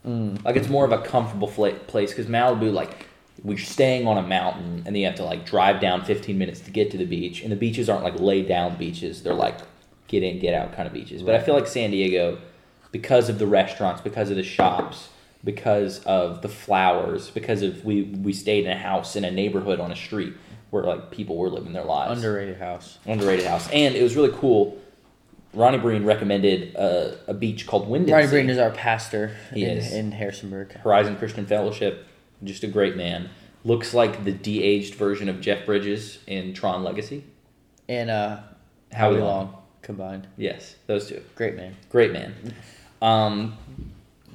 Mm.
Like it's more of a comfortable fla- place because Malibu, like we're staying on a mountain, and then you have to like drive down 15 minutes to get to the beach, and the beaches aren't like laid down beaches; they're like get in, get out kind of beaches. But I feel like San Diego, because of the restaurants, because of the shops, because of the flowers, because of we we stayed in a house in a neighborhood on a street where like people were living their lives
underrated house.
underrated house. And it was really cool. Ronnie Breen recommended uh, a beach called Wind.
Ronnie Breen is our pastor
He
in,
is.
in Harrisonburg.
Horizon Christian Fellowship. Just a great man. Looks like the de-aged version of Jeff Bridges in Tron Legacy.
And uh,
Howie
Howie
Long.
Long combined.
Yes, those two.
Great man.
Great man. Um,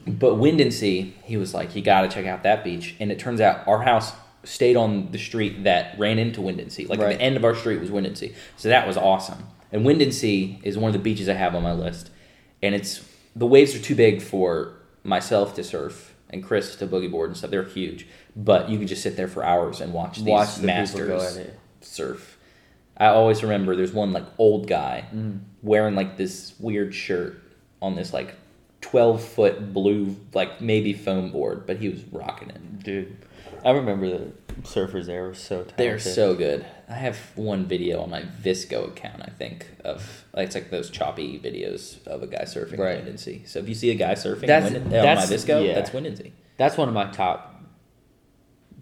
but Wind and Sea, he was like, you got to check out that beach. And it turns out our house stayed on the street that ran into Wind and Sea. Like
Right.
the end of our street was Wind and Sea. So that was awesome. And Wind and Sea is one of the beaches I have on my list. And it's the waves are too big for myself to surf and Chris to boogie board and stuff. They're huge. But you can just sit there for hours and watch these
Watch the people
masters
go at it.
surf. I always remember there's one like old guy
Mm.
wearing like this weird shirt on this like 12 foot blue like maybe foam board, but he was rocking it.
Dude, I remember the surfers there were so talented.
They're so good. I have one video on my Visco account, I think, of like it's like those choppy videos of a guy surfing
Right.
in Wind and Sea. So if you see a guy surfing
That's-
in Wind,
that's-
on my Visco,
yeah.
that's Wind and Sea.
That's one of my top.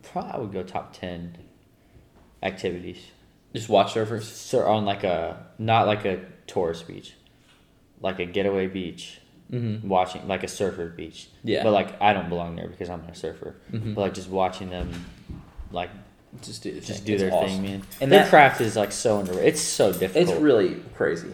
Probably I would go top ten activities.
Just watch surfers.
So on like a not like a tourist beach, like a getaway beach, mm-hmm. watching like a surfer beach.
Yeah. Mm-hmm.
But like I don't belong there because I'm not a surfer. But like just watching them, like
Just do,
just do their thing, man.
And
And their
that-
craft is like so underrated. It's so difficult.
It's really crazy.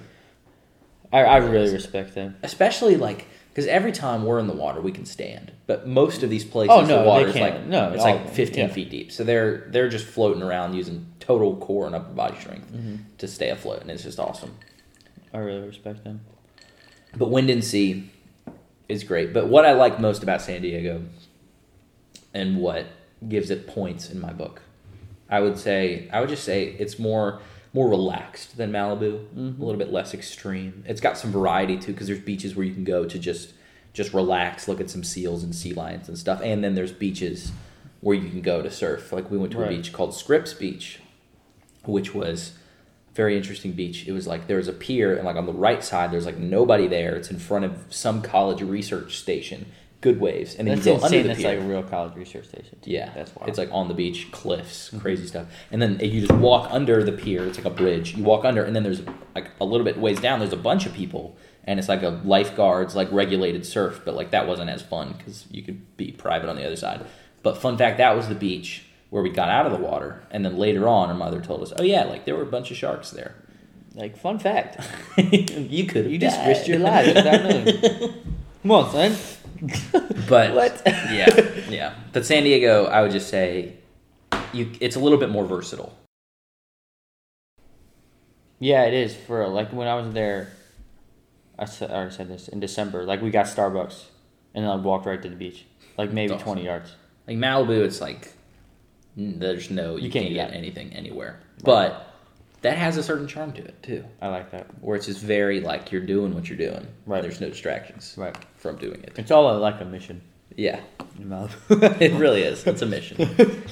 I, I really respect them.
especially like because every time we're in the water we can stand but most of these places
Oh, no,
the water
they
is
can't.
like
No,
it's
all of
like
them,
15
yeah.
feet deep so they're they're just floating around using total core and upper body strength to stay afloat and it's just awesome
I really respect them.
but wind and sea is great but what i like most about san diego and what gives it points in my book i would say i would just say it's more more relaxed than malibu a little bit less extreme it's got some variety too because there's beaches where you can go to just just relax look at some seals and sea lions and stuff and then there's beaches where you can go to surf like we went to a
Right.
beach called scripps beach which was a very interesting beach. It was like there was a pier, and like on the right side, there's like nobody there. It's in front of some college research station. Good waves, and then
That's
you go under
insane.
the
That's
pier.
like a real college research station. too.
yeah,
that's wild. Mm-hmm.
It's like on the beach, cliffs, crazy stuff, and then you just walk under the pier. It's like a bridge. You walk under, and then there's like a little bit ways down. There's a bunch of people, and it's like a lifeguards like regulated surf, but like that wasn't as fun because you could be private on the other side. But fun fact, that was the beach where we got out of the water, and then later on, our mother told us, "Oh yeah, like there were a bunch of sharks there." (laughs)
like fun fact.
you could.
You just risked your life without knowing. Come on, son.
(laughs) But
What?
yeah, yeah. But San Diego, I would just say, you. It's a little bit more versatile.
Yeah, it is for like when I was there. I s- I already said this in December. Like we got Starbucks, and then I walked right to the beach, like maybe
That's
twenty yards.
Like Malibu, it's like n- there's no you,
You
can't,
can't
get
get-
anything anywhere. But that has a certain charm to it too,
I like that.
where it's just very like you're doing what you're doing.
Right.
There's no distractions.
Right.
From doing it.
It's all a, like a mission.
Yeah.
in (laughs) Malibu.
it really is. It's a mission.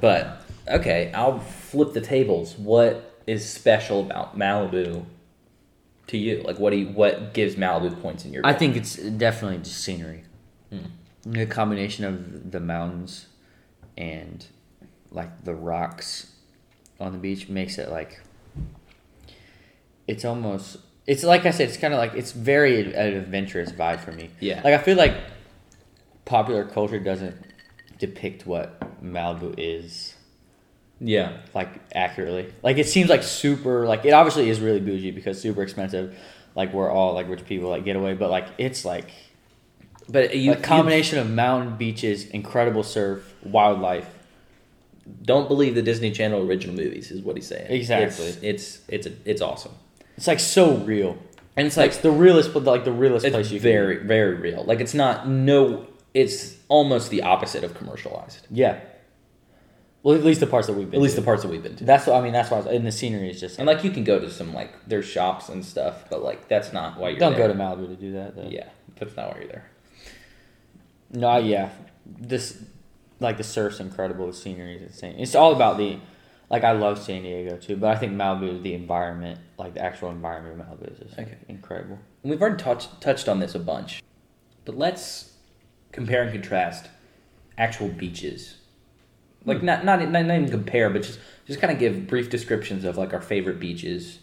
but okay, I'll flip the tables. What is special about Malibu to you? Like, what do you, what gives Malibu points in your?
I
book?
think it's definitely just scenery. Hmm. The combination of the mountains and like the rocks on the beach makes it like it's almost it's like I said, it's kind of like it's very an adventurous vibe for me.
Yeah.
like I feel like popular culture doesn't depict what Malibu is
yeah,
like accurately. Like it seems like super like it obviously is really bougie because super expensive. Like we're all like rich people like getaway, but like it's like
but you,
a combination of mountain beaches, incredible surf, wildlife.
you don't believe the Disney Channel original movies is what he's saying.
Exactly.
It's it's it's, a, it's awesome.
It's like so real.
And it's
It's like,
like
the realest, but like the realest
it's
place you
very very real. Like it's not no. it's almost the opposite of commercialized.
Yeah. Well, at least the parts that we've been.
At least
to.
the parts that we've been to.
That's what I mean. That's why. I was, and the scenery is just.
And like you can go to some like there's shops and stuff, but like that's not why you're
don't go
there.
to Malibu to do that. Though.
Yeah, that's not why you're there.
No, yeah. This, like the surf's incredible. The scenery is insane. It's all about the, like I love San Diego too, but I think Malibu, the environment, like the actual environment of Malibu is just
Okay.
incredible.
And we've already touched touched on this a bunch, but let's compare and contrast actual beaches. Like not not not, not even compare, but just just kind of give brief descriptions of like our favorite beaches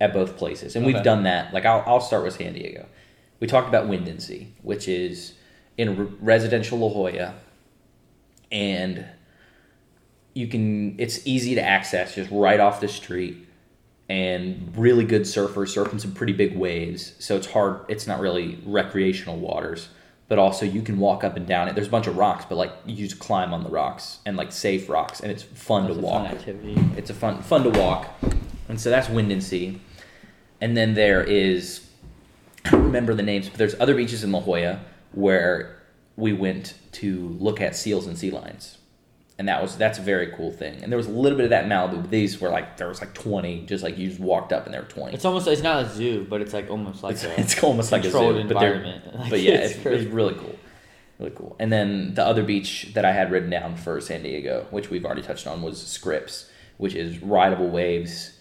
at both places, and we've
Okay.
done that. Like I'll I'll start with San Diego. We talked about Windancy, which is in re- residential La Jolla, and you can it's easy to access just right off the street and really good surfers surfing some pretty big waves so it's hard it's not really recreational waters but also you can walk up and down it there's a bunch of rocks but like you just climb on the rocks and like safe rocks and it's fun
That's
to
a
walk
fun activity.
it's a fun fun to walk and so that's wind and sea and then there is i don't remember the names but there's other beaches in la jolla where we went to look at seals and sea lions and that was that's a very cool thing and there was a little bit of that in malibu but these were like there was like 20 just like you just walked up and there were 20
It's almost. It's not a zoo, but it's like almost like
it's, (laughs)
a.
it's almost like a
controlled
zoo, but they're-
environment. (laughs) Like,
But yeah,
it's
it's, it's
crazy.
really cool, really cool. And then the other beach that I had written down for San Diego, which we've already touched on, was Scripps, which is rideable waves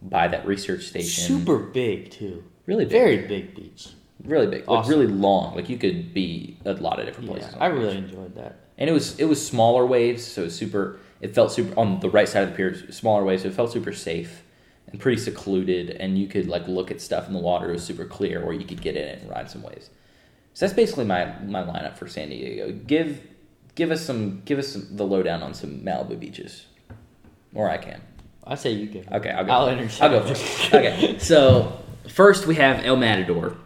by that research station.
super big too.
really big,
Very big beach.
really big, like
awesome.
really long. Like you could be a lot of different places.
Yeah,
on
I
that beach.
really enjoyed that.
and it was it was smaller waves, so it was super. It felt super on the right side of the pier, smaller waves. So it felt super safe and pretty secluded, and you could like look at stuff in the water. It was super clear, or you could get in it and ride some waves. So that's basically my my lineup for San Diego. Give give us some give us some, the lowdown on some Malibu beaches, or I can.
I say you give. it.
Okay, I'll go.
I'll
first.
interject.
I'll go first. okay, so first we have El Matador,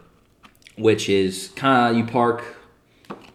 which is kind of you park.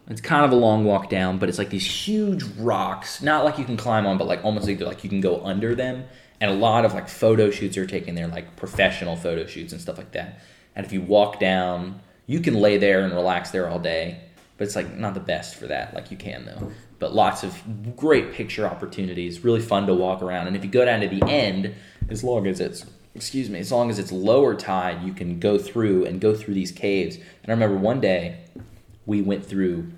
It's kind of a long walk down, but it's like these huge rocks. Not like you can climb on, but like almost like, like you can go under them. And a lot of like photo shoots are taken there, like professional photo shoots and stuff like that. And if you walk down, you can lay there and relax there all day. But it's like not the best for that. Like you can though. But lots of great picture opportunities. Really fun to walk around. And if you go down to the end, as long as it's excuse me, as long as it's lower tide, you can go through and go through these caves. And I remember one day we went through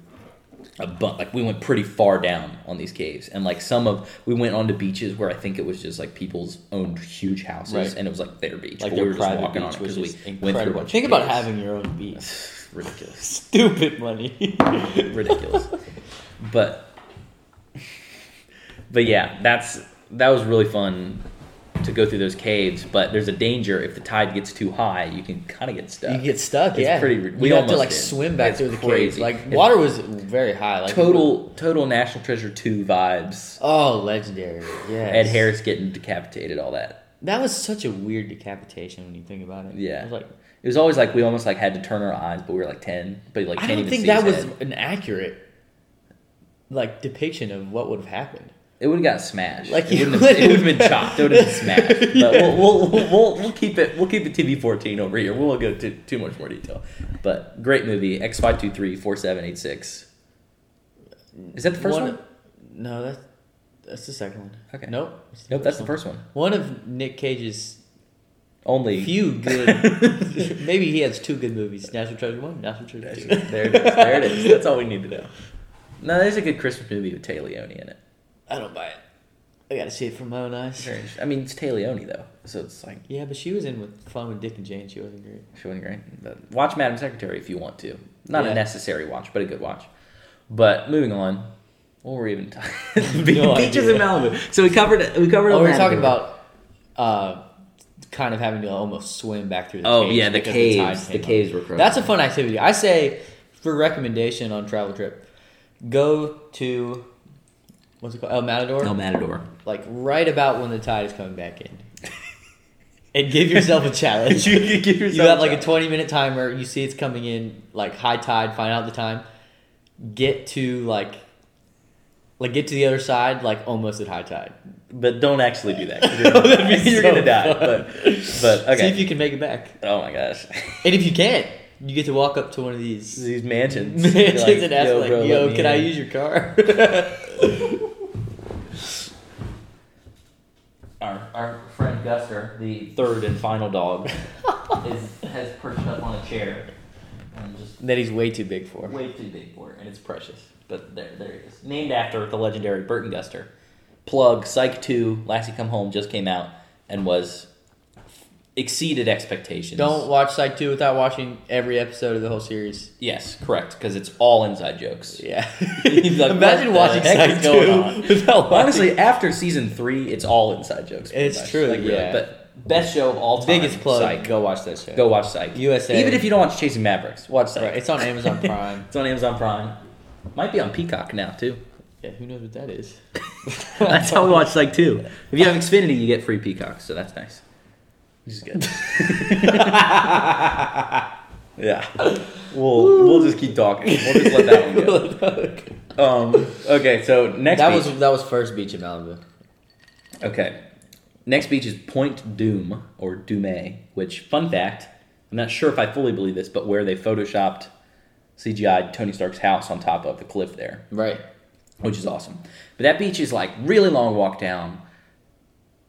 a bunch like we went pretty far down on these caves and like some of we went onto beaches where i think it was just like people's owned huge houses
Right.
and it was like their beach
Like
but
their
we were just
private
walking on
beach,
it
which
because we went
is
through a
incredible.
bunch
Think
of
about
caves.
having your own beach.
(sighs) (laughs) ridiculous
Stupid money.
ridiculous but but yeah that's that was really fun to go through those caves but there's a danger if the tide gets too high you can kind of get stuck
You get stuck.
It's
yeah,
pretty ri- we
you have to
almost
like
did.
swim back
It's
through the caves.
crazy.
Like
It's-
water was very high. Like
total total national treasure 2 vibes
Oh, legendary. Yeah.
Ed Harris getting decapitated, all that.
That was such a weird decapitation when you think about it.
Yeah.
It was like
It was always like we almost like had to turn our eyes, but we were like ten, but like
I
can't
don't
even
think
see
that
his
was
head.
an accurate like depiction of what would have happened.
It would have got smashed.
Like,
Like
you
it would have
would've-
been chopped. It
(laughs)
would have been smashed. But
Yeah.
we'll, we'll, we'll, we'll keep it we'll keep it TV fourteen over here. We won't go to too much more detail. But great movie X five two three four seven eight six. Is that the first one?
No, that's that's the second one.
Okay.
Nope. the
Nope, that's the first one.
One of Nick Cage's
Only
few
(laughs)
good. maybe he has two good movies: National Treasure One, National Treasure Two.
there it is. There it is. That's all we need to know. No, there's a good Christmas movie with Tay Leone in it.
I don't buy it. I gotta see it from my own eyes.
Very interesting. I mean, it's Tay Leone though, so it's like
Yeah, but she was in with Fun with Dick and Jane. She wasn't great.
She wasn't great. But watch Madam Secretary if you want to. Not
Yeah.
a necessary watch, but a good watch. But moving on, what were we even talking? Be-
No
(laughs) beaches
idea.
in Malibu. So we covered we covered.
Oh,
all
we were
that.
talking about uh, kind of having to almost swim back through. the
Oh
caves
yeah, the
because the tide
caves. The,
came up.
caves were crazy.
That's a fun activity. I say for recommendation on travel trip, go to what's it called El Matador.
no matador.
like right about when the tide is coming back in, (laughs) and give yourself a challenge.
(laughs) You could (laughs) give yourself
You have like
a
a twenty minute timer. You see it's coming in like high tide. Find out the time. Get to like, like get to the other side like almost at high tide.
But don't actually do that. (laughs) 'cause
That'd be
You're,
so
gonna die.
fun.
But, but
See
okay.
if you can make it back.
oh my gosh. (laughs)
And if you can't,
You get to walk up to one of these
These mansions. You're
(laughs) mansions
like,
and ask,
"Yo,
like,
bro, let
yo,
me
can I
in."
use your
(laughs)
car?
Our, our friend Guster, the third and final dog, (laughs) is, has perched up on a chair and just
that he's way too big for.
way too big for it, and it's precious. But there, there it is. Named after the legendary Burton Guster. Plug Psych Two, Lassie Come Home just came out and was exceeded expectations.
Don't watch Psych 2 without watching every episode of the whole series.
Yes, correct, because it's all inside jokes.
Yeah.
(laughs) He's like,
Imagine
"What the
watching
heck is
Psych 2
going on?"
(laughs) without watching.
Honestly, after season three, it's all inside jokes. pretty
It's
much.
true,
like, really.
yeah.
But best show of all time.
biggest plug.
Psych.
Go watch that show.
Go watch Psych.
USA.
Even if you don't watch Chasing Mavericks, watch Psych.
Right, it's
(laughs)
on Amazon Prime.
It's on Amazon Prime. Might be on Peacock now too.
Yeah, who knows what that is?
That's how we watch Psych too. If you have Xfinity, you get free Peacock, so that's nice. Which is good. (laughs) yeah, we'll we'll just keep talking. We'll just let that one (laughs) (laughs)
(laughs)
go. Um, okay, so next
that
beach.
was that was first beach in Malibu.
okay. Next beach is Point Doom or Dume, which fun fact, I'm not sure if I fully believe this, but where they photoshopped CGI Tony Stark's house on top of the cliff there.
Right.
which is awesome. But that beach is like really long walk down.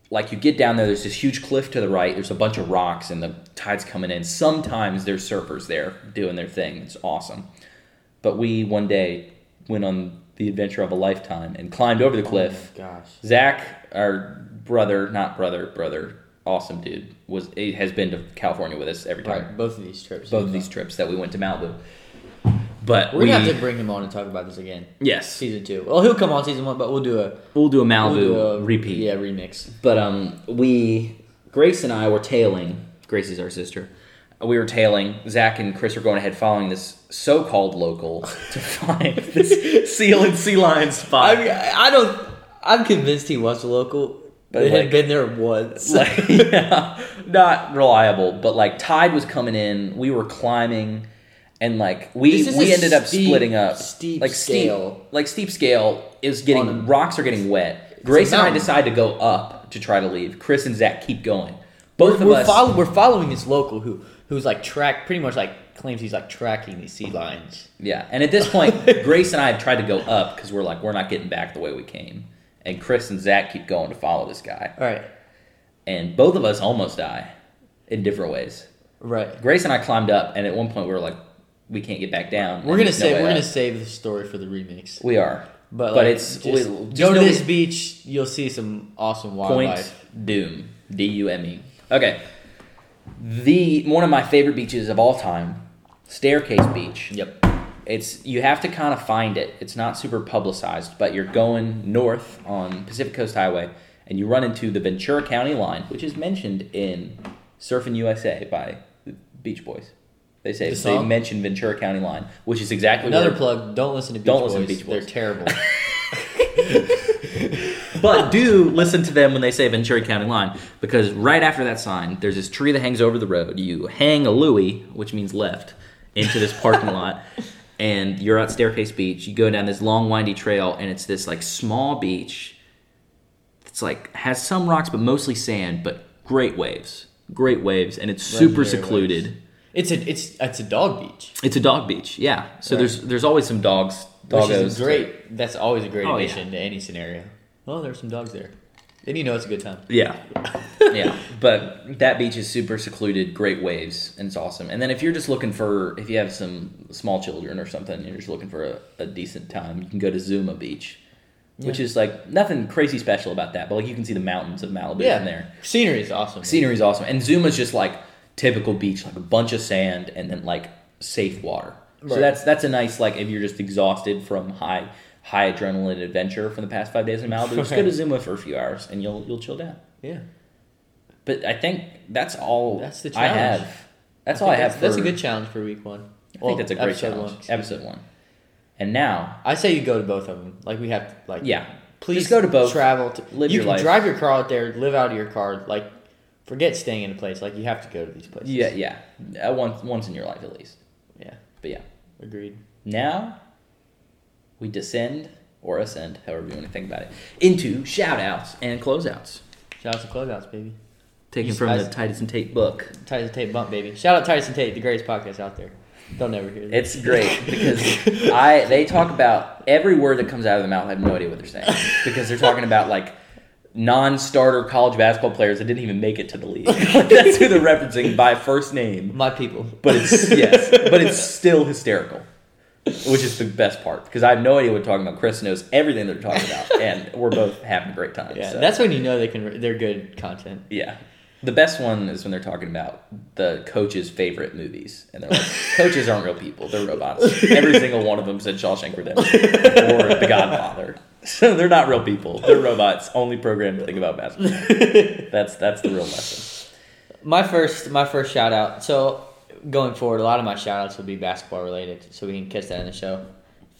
Like you get down there, there's this huge cliff to the right. There's a bunch of rocks, and the tide's coming in. Sometimes there's surfers there doing their thing. It's awesome. But we one day went on the adventure of a lifetime and climbed over
Oh
the cliff.
Gosh.
Zach, our brother, not brother, brother, awesome dude, was he has been to California with us every time.
Right. Both of these trips.
Both of these trips that we went to Malibu. But
We're
we
gonna have to bring him on and talk about this again.
yes,
Season two. Well, he'll come on season one, but we'll do a
we'll do a Malibu
we'll do a
repeat.
Yeah, remix.
But um, we Grace and I were tailing. Grace is our sister. We were tailing. Zach and Chris were going ahead, following this so-called local to (laughs) find this seal and sea lion
I
spot.
mean, I I don't. I'm convinced he was a local, but
But
it
like-
had been there once.
(laughs) like, yeah, not reliable, but like tide was coming in. We were climbing, and like we
This is
we
a
ended up
steep-
splitting up.
steep
like
scale.
steep, like steep scale is getting
On a-
rocks are getting wet. Grace and I
mountain.
decide to go up to try to leave. Chris and Zach keep going. Both of
we're,
us.
follow, we're following this local who who's like track pretty much like claims he's like tracking these sea lions.
Yeah, and at this
(laughs)
point, Grace and I have tried to go up because we're like, we're not getting back the way we came. And Chris and Zach keep going to follow this guy,
All right,
and both of us almost die in different ways.
right.
Grace and I climbed up, and at one point we were like, we can't get back down.
We're
and
gonna
there's no
save
way
we're
up.
gonna save the story for the remix.
We are,
But,
but,
like,
it's
just,
we-
go
just
to
know
this
we-
beach, you'll see some awesome
point
wildlife.
doom D U M E. Okay, the one of my favorite beaches of all time, Staircase Beach.
Yep.
it's you have to kind of find it. It's not super publicized, but you're going north on Pacific Coast Highway and you run into the Ventura County line, which is mentioned in Surfing USA by the Beach Boys. They say
The
they
song?
mention Ventura County line, which is exactly
Another
where-
plug: Don't listen to Beach
Don't
Boys.
listen to Beach Boys. (laughs)
They're terrible.
But do listen to them when they say Ventura County line, because right after that sign, there's this tree that hangs over the road. You hang a Louie, which means left, into this parking lot,
(laughs)
and you're at Staircase Beach. You go down this long, windy trail, and it's this like small beach. It's like has some rocks, but mostly sand, but great waves, great waves, and it's super
Legendary
secluded.
waves. it's a it's it's a dog beach,
It's a dog beach, yeah. So
Right.
there's there's always some dogs, doggos.
which is a great. That's always a great
Oh,
addition to any scenario. Oh, there's some dogs there. Then you know it's a good time. (laughs)
Yeah. yeah. But that beach is super secluded, great waves, and it's awesome. And then if you're just looking for, if you have some small children or something, and you're just looking for a, a decent time, you can go to Zuma Beach, which is like nothing crazy special about that, but like you can see the mountains of Malibu
Yeah,
from there.
Scenery is awesome.
Scenery's awesome. And Zuma's just like typical beach, like a bunch of sand and then like safe water. So
Right.
that's that's a nice like if you're just exhausted from high high adrenaline adventure from the past five days in Malibu, just go to
Right.
Zuma for a few hours and you'll you'll chill down.
yeah,
But I think that's all
That's the
I
challenge.
have. That's
I
all I
think
have.
That's, that's
for,
a good challenge for week one.
I think that's a great challenge. Episode one. And now,
I say you go to both of them. Like we have, like
yeah,
Please
Just go to both.
Travel. To,
Live
you
your
can
life.
drive your car out there. Live out of your car. Like, forget staying in a place. Like you have to go to these places.
yeah, yeah, uh, once once in your life at least.
Yeah.
But yeah,
Agreed.
now we descend or ascend, however you want to think about it, into shout outs and closeouts.
Shout out to closeouts, baby.
Taken
You
from the
guys-
Titus and Tate book.
Titus and Tate bump, baby. Shout out Titus and Tate, the greatest podcast out there. They'll never hear this.
It's great because I they talk about every word that comes out of their mouth. I have no idea what they're saying because they're talking about like non-starter college basketball players that didn't even make it to the league. (laughs) Like, that's who they're referencing by first name.
my people.
But it's yes,
(laughs)
but it's still hysterical, which is the best part because I have no idea what they're talking about. Chris knows everything they're talking about, and we're both having a great time.
yeah,
so.
that's when you know they can. They're
(laughs)
good content.
Yeah. The best one is when they're talking about the coach's favorite movies, and they're like, (laughs) "Coaches aren't real people; they're robots." Every single one of them said Shawshank Redemption or The Godfather. (laughs) So they're not real people; they're robots, only programmed to think about basketball. That's that's the real lesson.
My first, my first shout out. So going forward, a lot of my shout outs will be basketball related, so we can catch that in the show.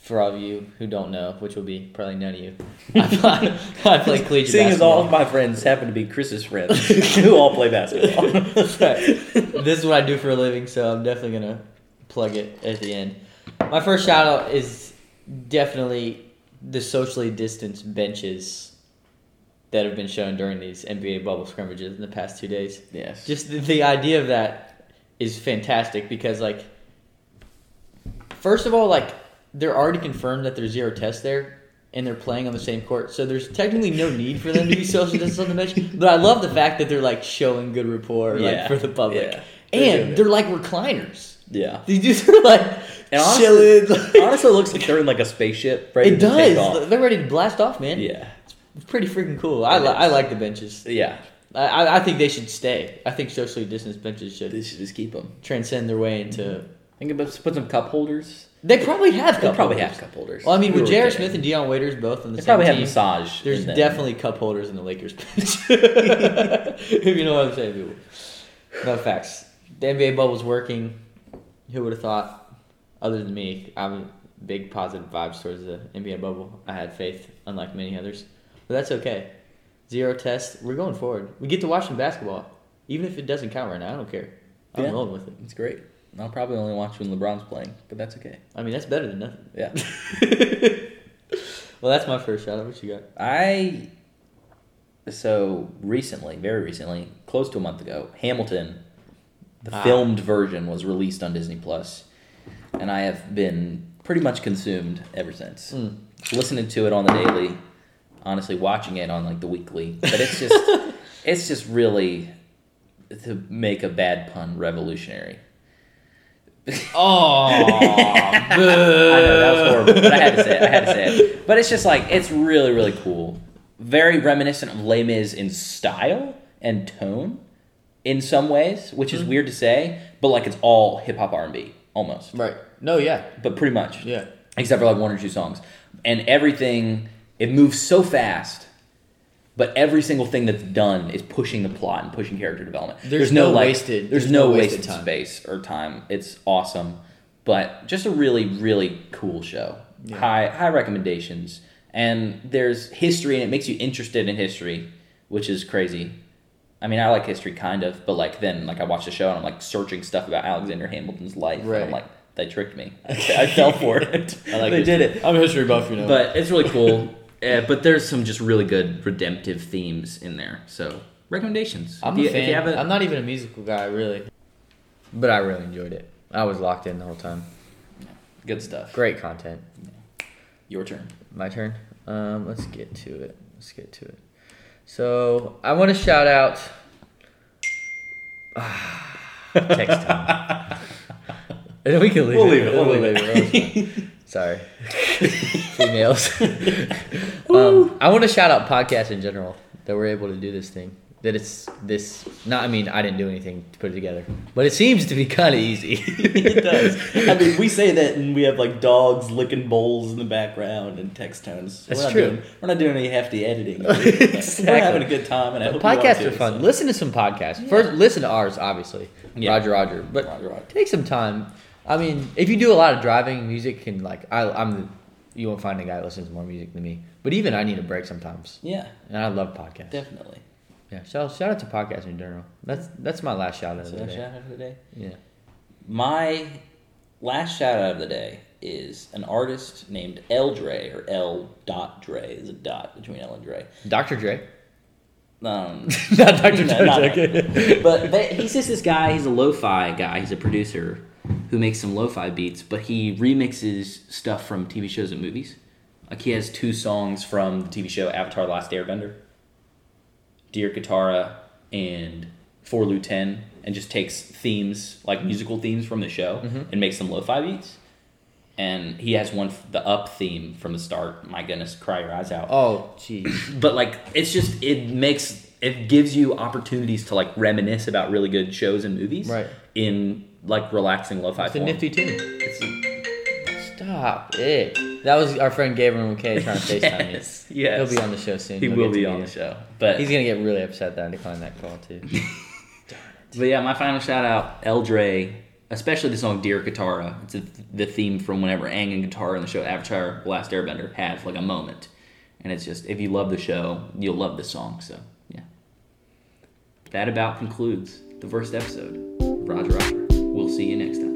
For all of you who don't know, which will be probably none of you, (laughs) I play, I play collegiate
Seeing as all
basketball.
of my friends happen to be Chris's friends,
(laughs)
who all play basketball.
this is what I do for a living, so I'm definitely gonna plug it at the end. My first shout out is definitely the socially distanced benches that have been shown during these NBA bubble scrimmages in the past two days.
Yes.
just the, the idea of that is fantastic because like first of all like they're already confirmed that there's zero tests there and they're playing on the same court so there's technically no need for them to be social distance on the
(laughs)
bench but i love the fact that they're like showing good rapport
Yeah,
like for the public
yeah. They're doing
and
it.
they're like recliners (laughs)
yeah.
these dudes are like
And honestly,
chilling like- (laughs)
honestly, it looks like they're in like a spaceship. Ready
it
to take
does
off.
they're ready to blast off man
Yeah.
it's pretty freaking cool I,
It
li- I
is.
like the benches
Yeah.
I- I, I think they should stay i think socially distanced benches should
They should just keep them.
transcend their way into.
I think about put some cup holders.
They probably have
They
cup
probably
holders.
have cup holders.
Well, I mean,
We
with
were
J.R.
kidding.
Smith and Deion Waiters both on the
They
same
probably
team,
have massage.
there's
and then-
definitely cup holders in the Lakers bench. (laughs) if you know what I'm saying, people. No facts. The NBA bubble's working. Who would have thought? Other than me, I'm big positive vibes towards the NBA bubble. I had faith, unlike many others, but that's okay. Zero test. We're going forward. We get to watch some basketball, even if it doesn't count right now. I don't care. I'm
Yeah.
rolling with it.
It's great. I'll probably only watch when LeBron's playing, but that's okay.
I mean, that's better than nothing.
Yeah. (laughs)
well, that's my first shout out. What you got?
I. So recently, very recently, close to a month ago, Hamilton, the
Ah.
filmed version, was released on Disney Plus, and I have been pretty much consumed ever since.
Mm.
Listening to it on the daily, honestly, watching it on like the weekly, but it's (laughs)
(laughs)
just, it's just really, to make a bad pun, revolutionary. (laughs)
Oh,
I know that was horrible, but I had to say it. I had to say it. But it's just like it's really, really cool. Very reminiscent of Les Mis in style and tone, in some ways, which is weird to say, but like it's all hip hop R and B almost,
right. No, yeah,
but pretty much,
yeah.
except for like one or two songs, and everything it moves so fast. But every single thing that's done is pushing the plot and pushing character development.
There's no wasted-
There's,
there's
no,
no wasted
wasted
time.
space or time. It's awesome, but just a really really cool show. High high recommendations, and there's history, and it makes you interested in history, which is crazy. I mean, I like history kind of, but like then like I watched the show and I'm like searching stuff about Alexander Hamilton's life, and I'm
Right.
like they tricked (laughs) me. I, I fell for it.
I like
they
it.
did it
I'm a history buff, you know.
but it's really cool. (laughs)
Uh, but there's some just really good redemptive themes in there. So recommendations.
I'm
If you-
a
if you
fan.
have a-
I'm not even a musical guy, really. But I really enjoyed it. I was locked in the whole time.
Good stuff.
Great content.
Your turn.
My turn. Um, let's get to it. Let's get to it. So I want to shout out. (sighs) Text time. And we can leave
We'll
it.
leave it. We'll leave (laughs)
it. Sorry, females. (laughs) um, I want to shout out podcasts in general that we're able to do this thing. That it's this. Not. I mean, I didn't do anything to put it together, but it seems to be kind of easy.
(laughs) it does.
(laughs)
I mean, we say that, and we have like dogs licking bowls in the background and text tones.
That's
we're not
true.
doing- we're not doing any hefty
(laughs)
editing. We're having a good time, and I hope you are
podcasts
too,
are fun.
so.
Listen to some podcasts. First, listen to ours, obviously.
Yeah.
Roger, Roger. But
Roger, Roger.
take some time. I mean, if you do a lot of driving, music can like I, I'm. the- You won't find a guy that listens to more music than me. But even I need a break sometimes,
Yeah,
and I love podcasts.
definitely.
Yeah. Shout, shout out to podcasts in general. That's that's my last shout out of
So
the day.
shout out of the day.
Yeah.
My last shout out of the day is an artist named L Dre or L dot Dre. There's a dot between L and Dre.
Dr. Dre.
Um,
(laughs) Not Dr.
No,
Dre.
not
okay.
but they, he's just this guy. He's a lo-fi guy. He's a producer
who makes some lo-fi beats, but he remixes stuff from TV shows and movies.
Like he has two songs from the TV show Avatar: The Last Airbender, Dear Katara and For Lu Ten, and just takes themes like musical themes from the show
Mm-hmm.
and makes them lo-fi beats. And he has one f- the up theme from the start. My goodness, cry your eyes out.
Oh, jeez.
But like, it's just it makes it gives you opportunities to like reminisce about really good shows and movies,
Right.
In like relaxing lo-fi.
It's a
form.
nifty tune.
It's-
Stop it. That was our friend Gabriel McKay trying to FaceTime (laughs)
(laughs)
me.
yes, yes.
He'll be on the show soon.
He
He'll
will
get to
be
meet
on
him.
the show, but
He's gonna get really upset that I declined that call too.
But yeah, my final shout out, Eldre, especially the song Dear Katara. It's a, the theme from whenever Aang and Katara in the show Avatar The Last Airbender have like a moment. And it's just, if you love the show, you'll love the song. So yeah. That about concludes the first episode. Roger, Roger. We'll see you next time.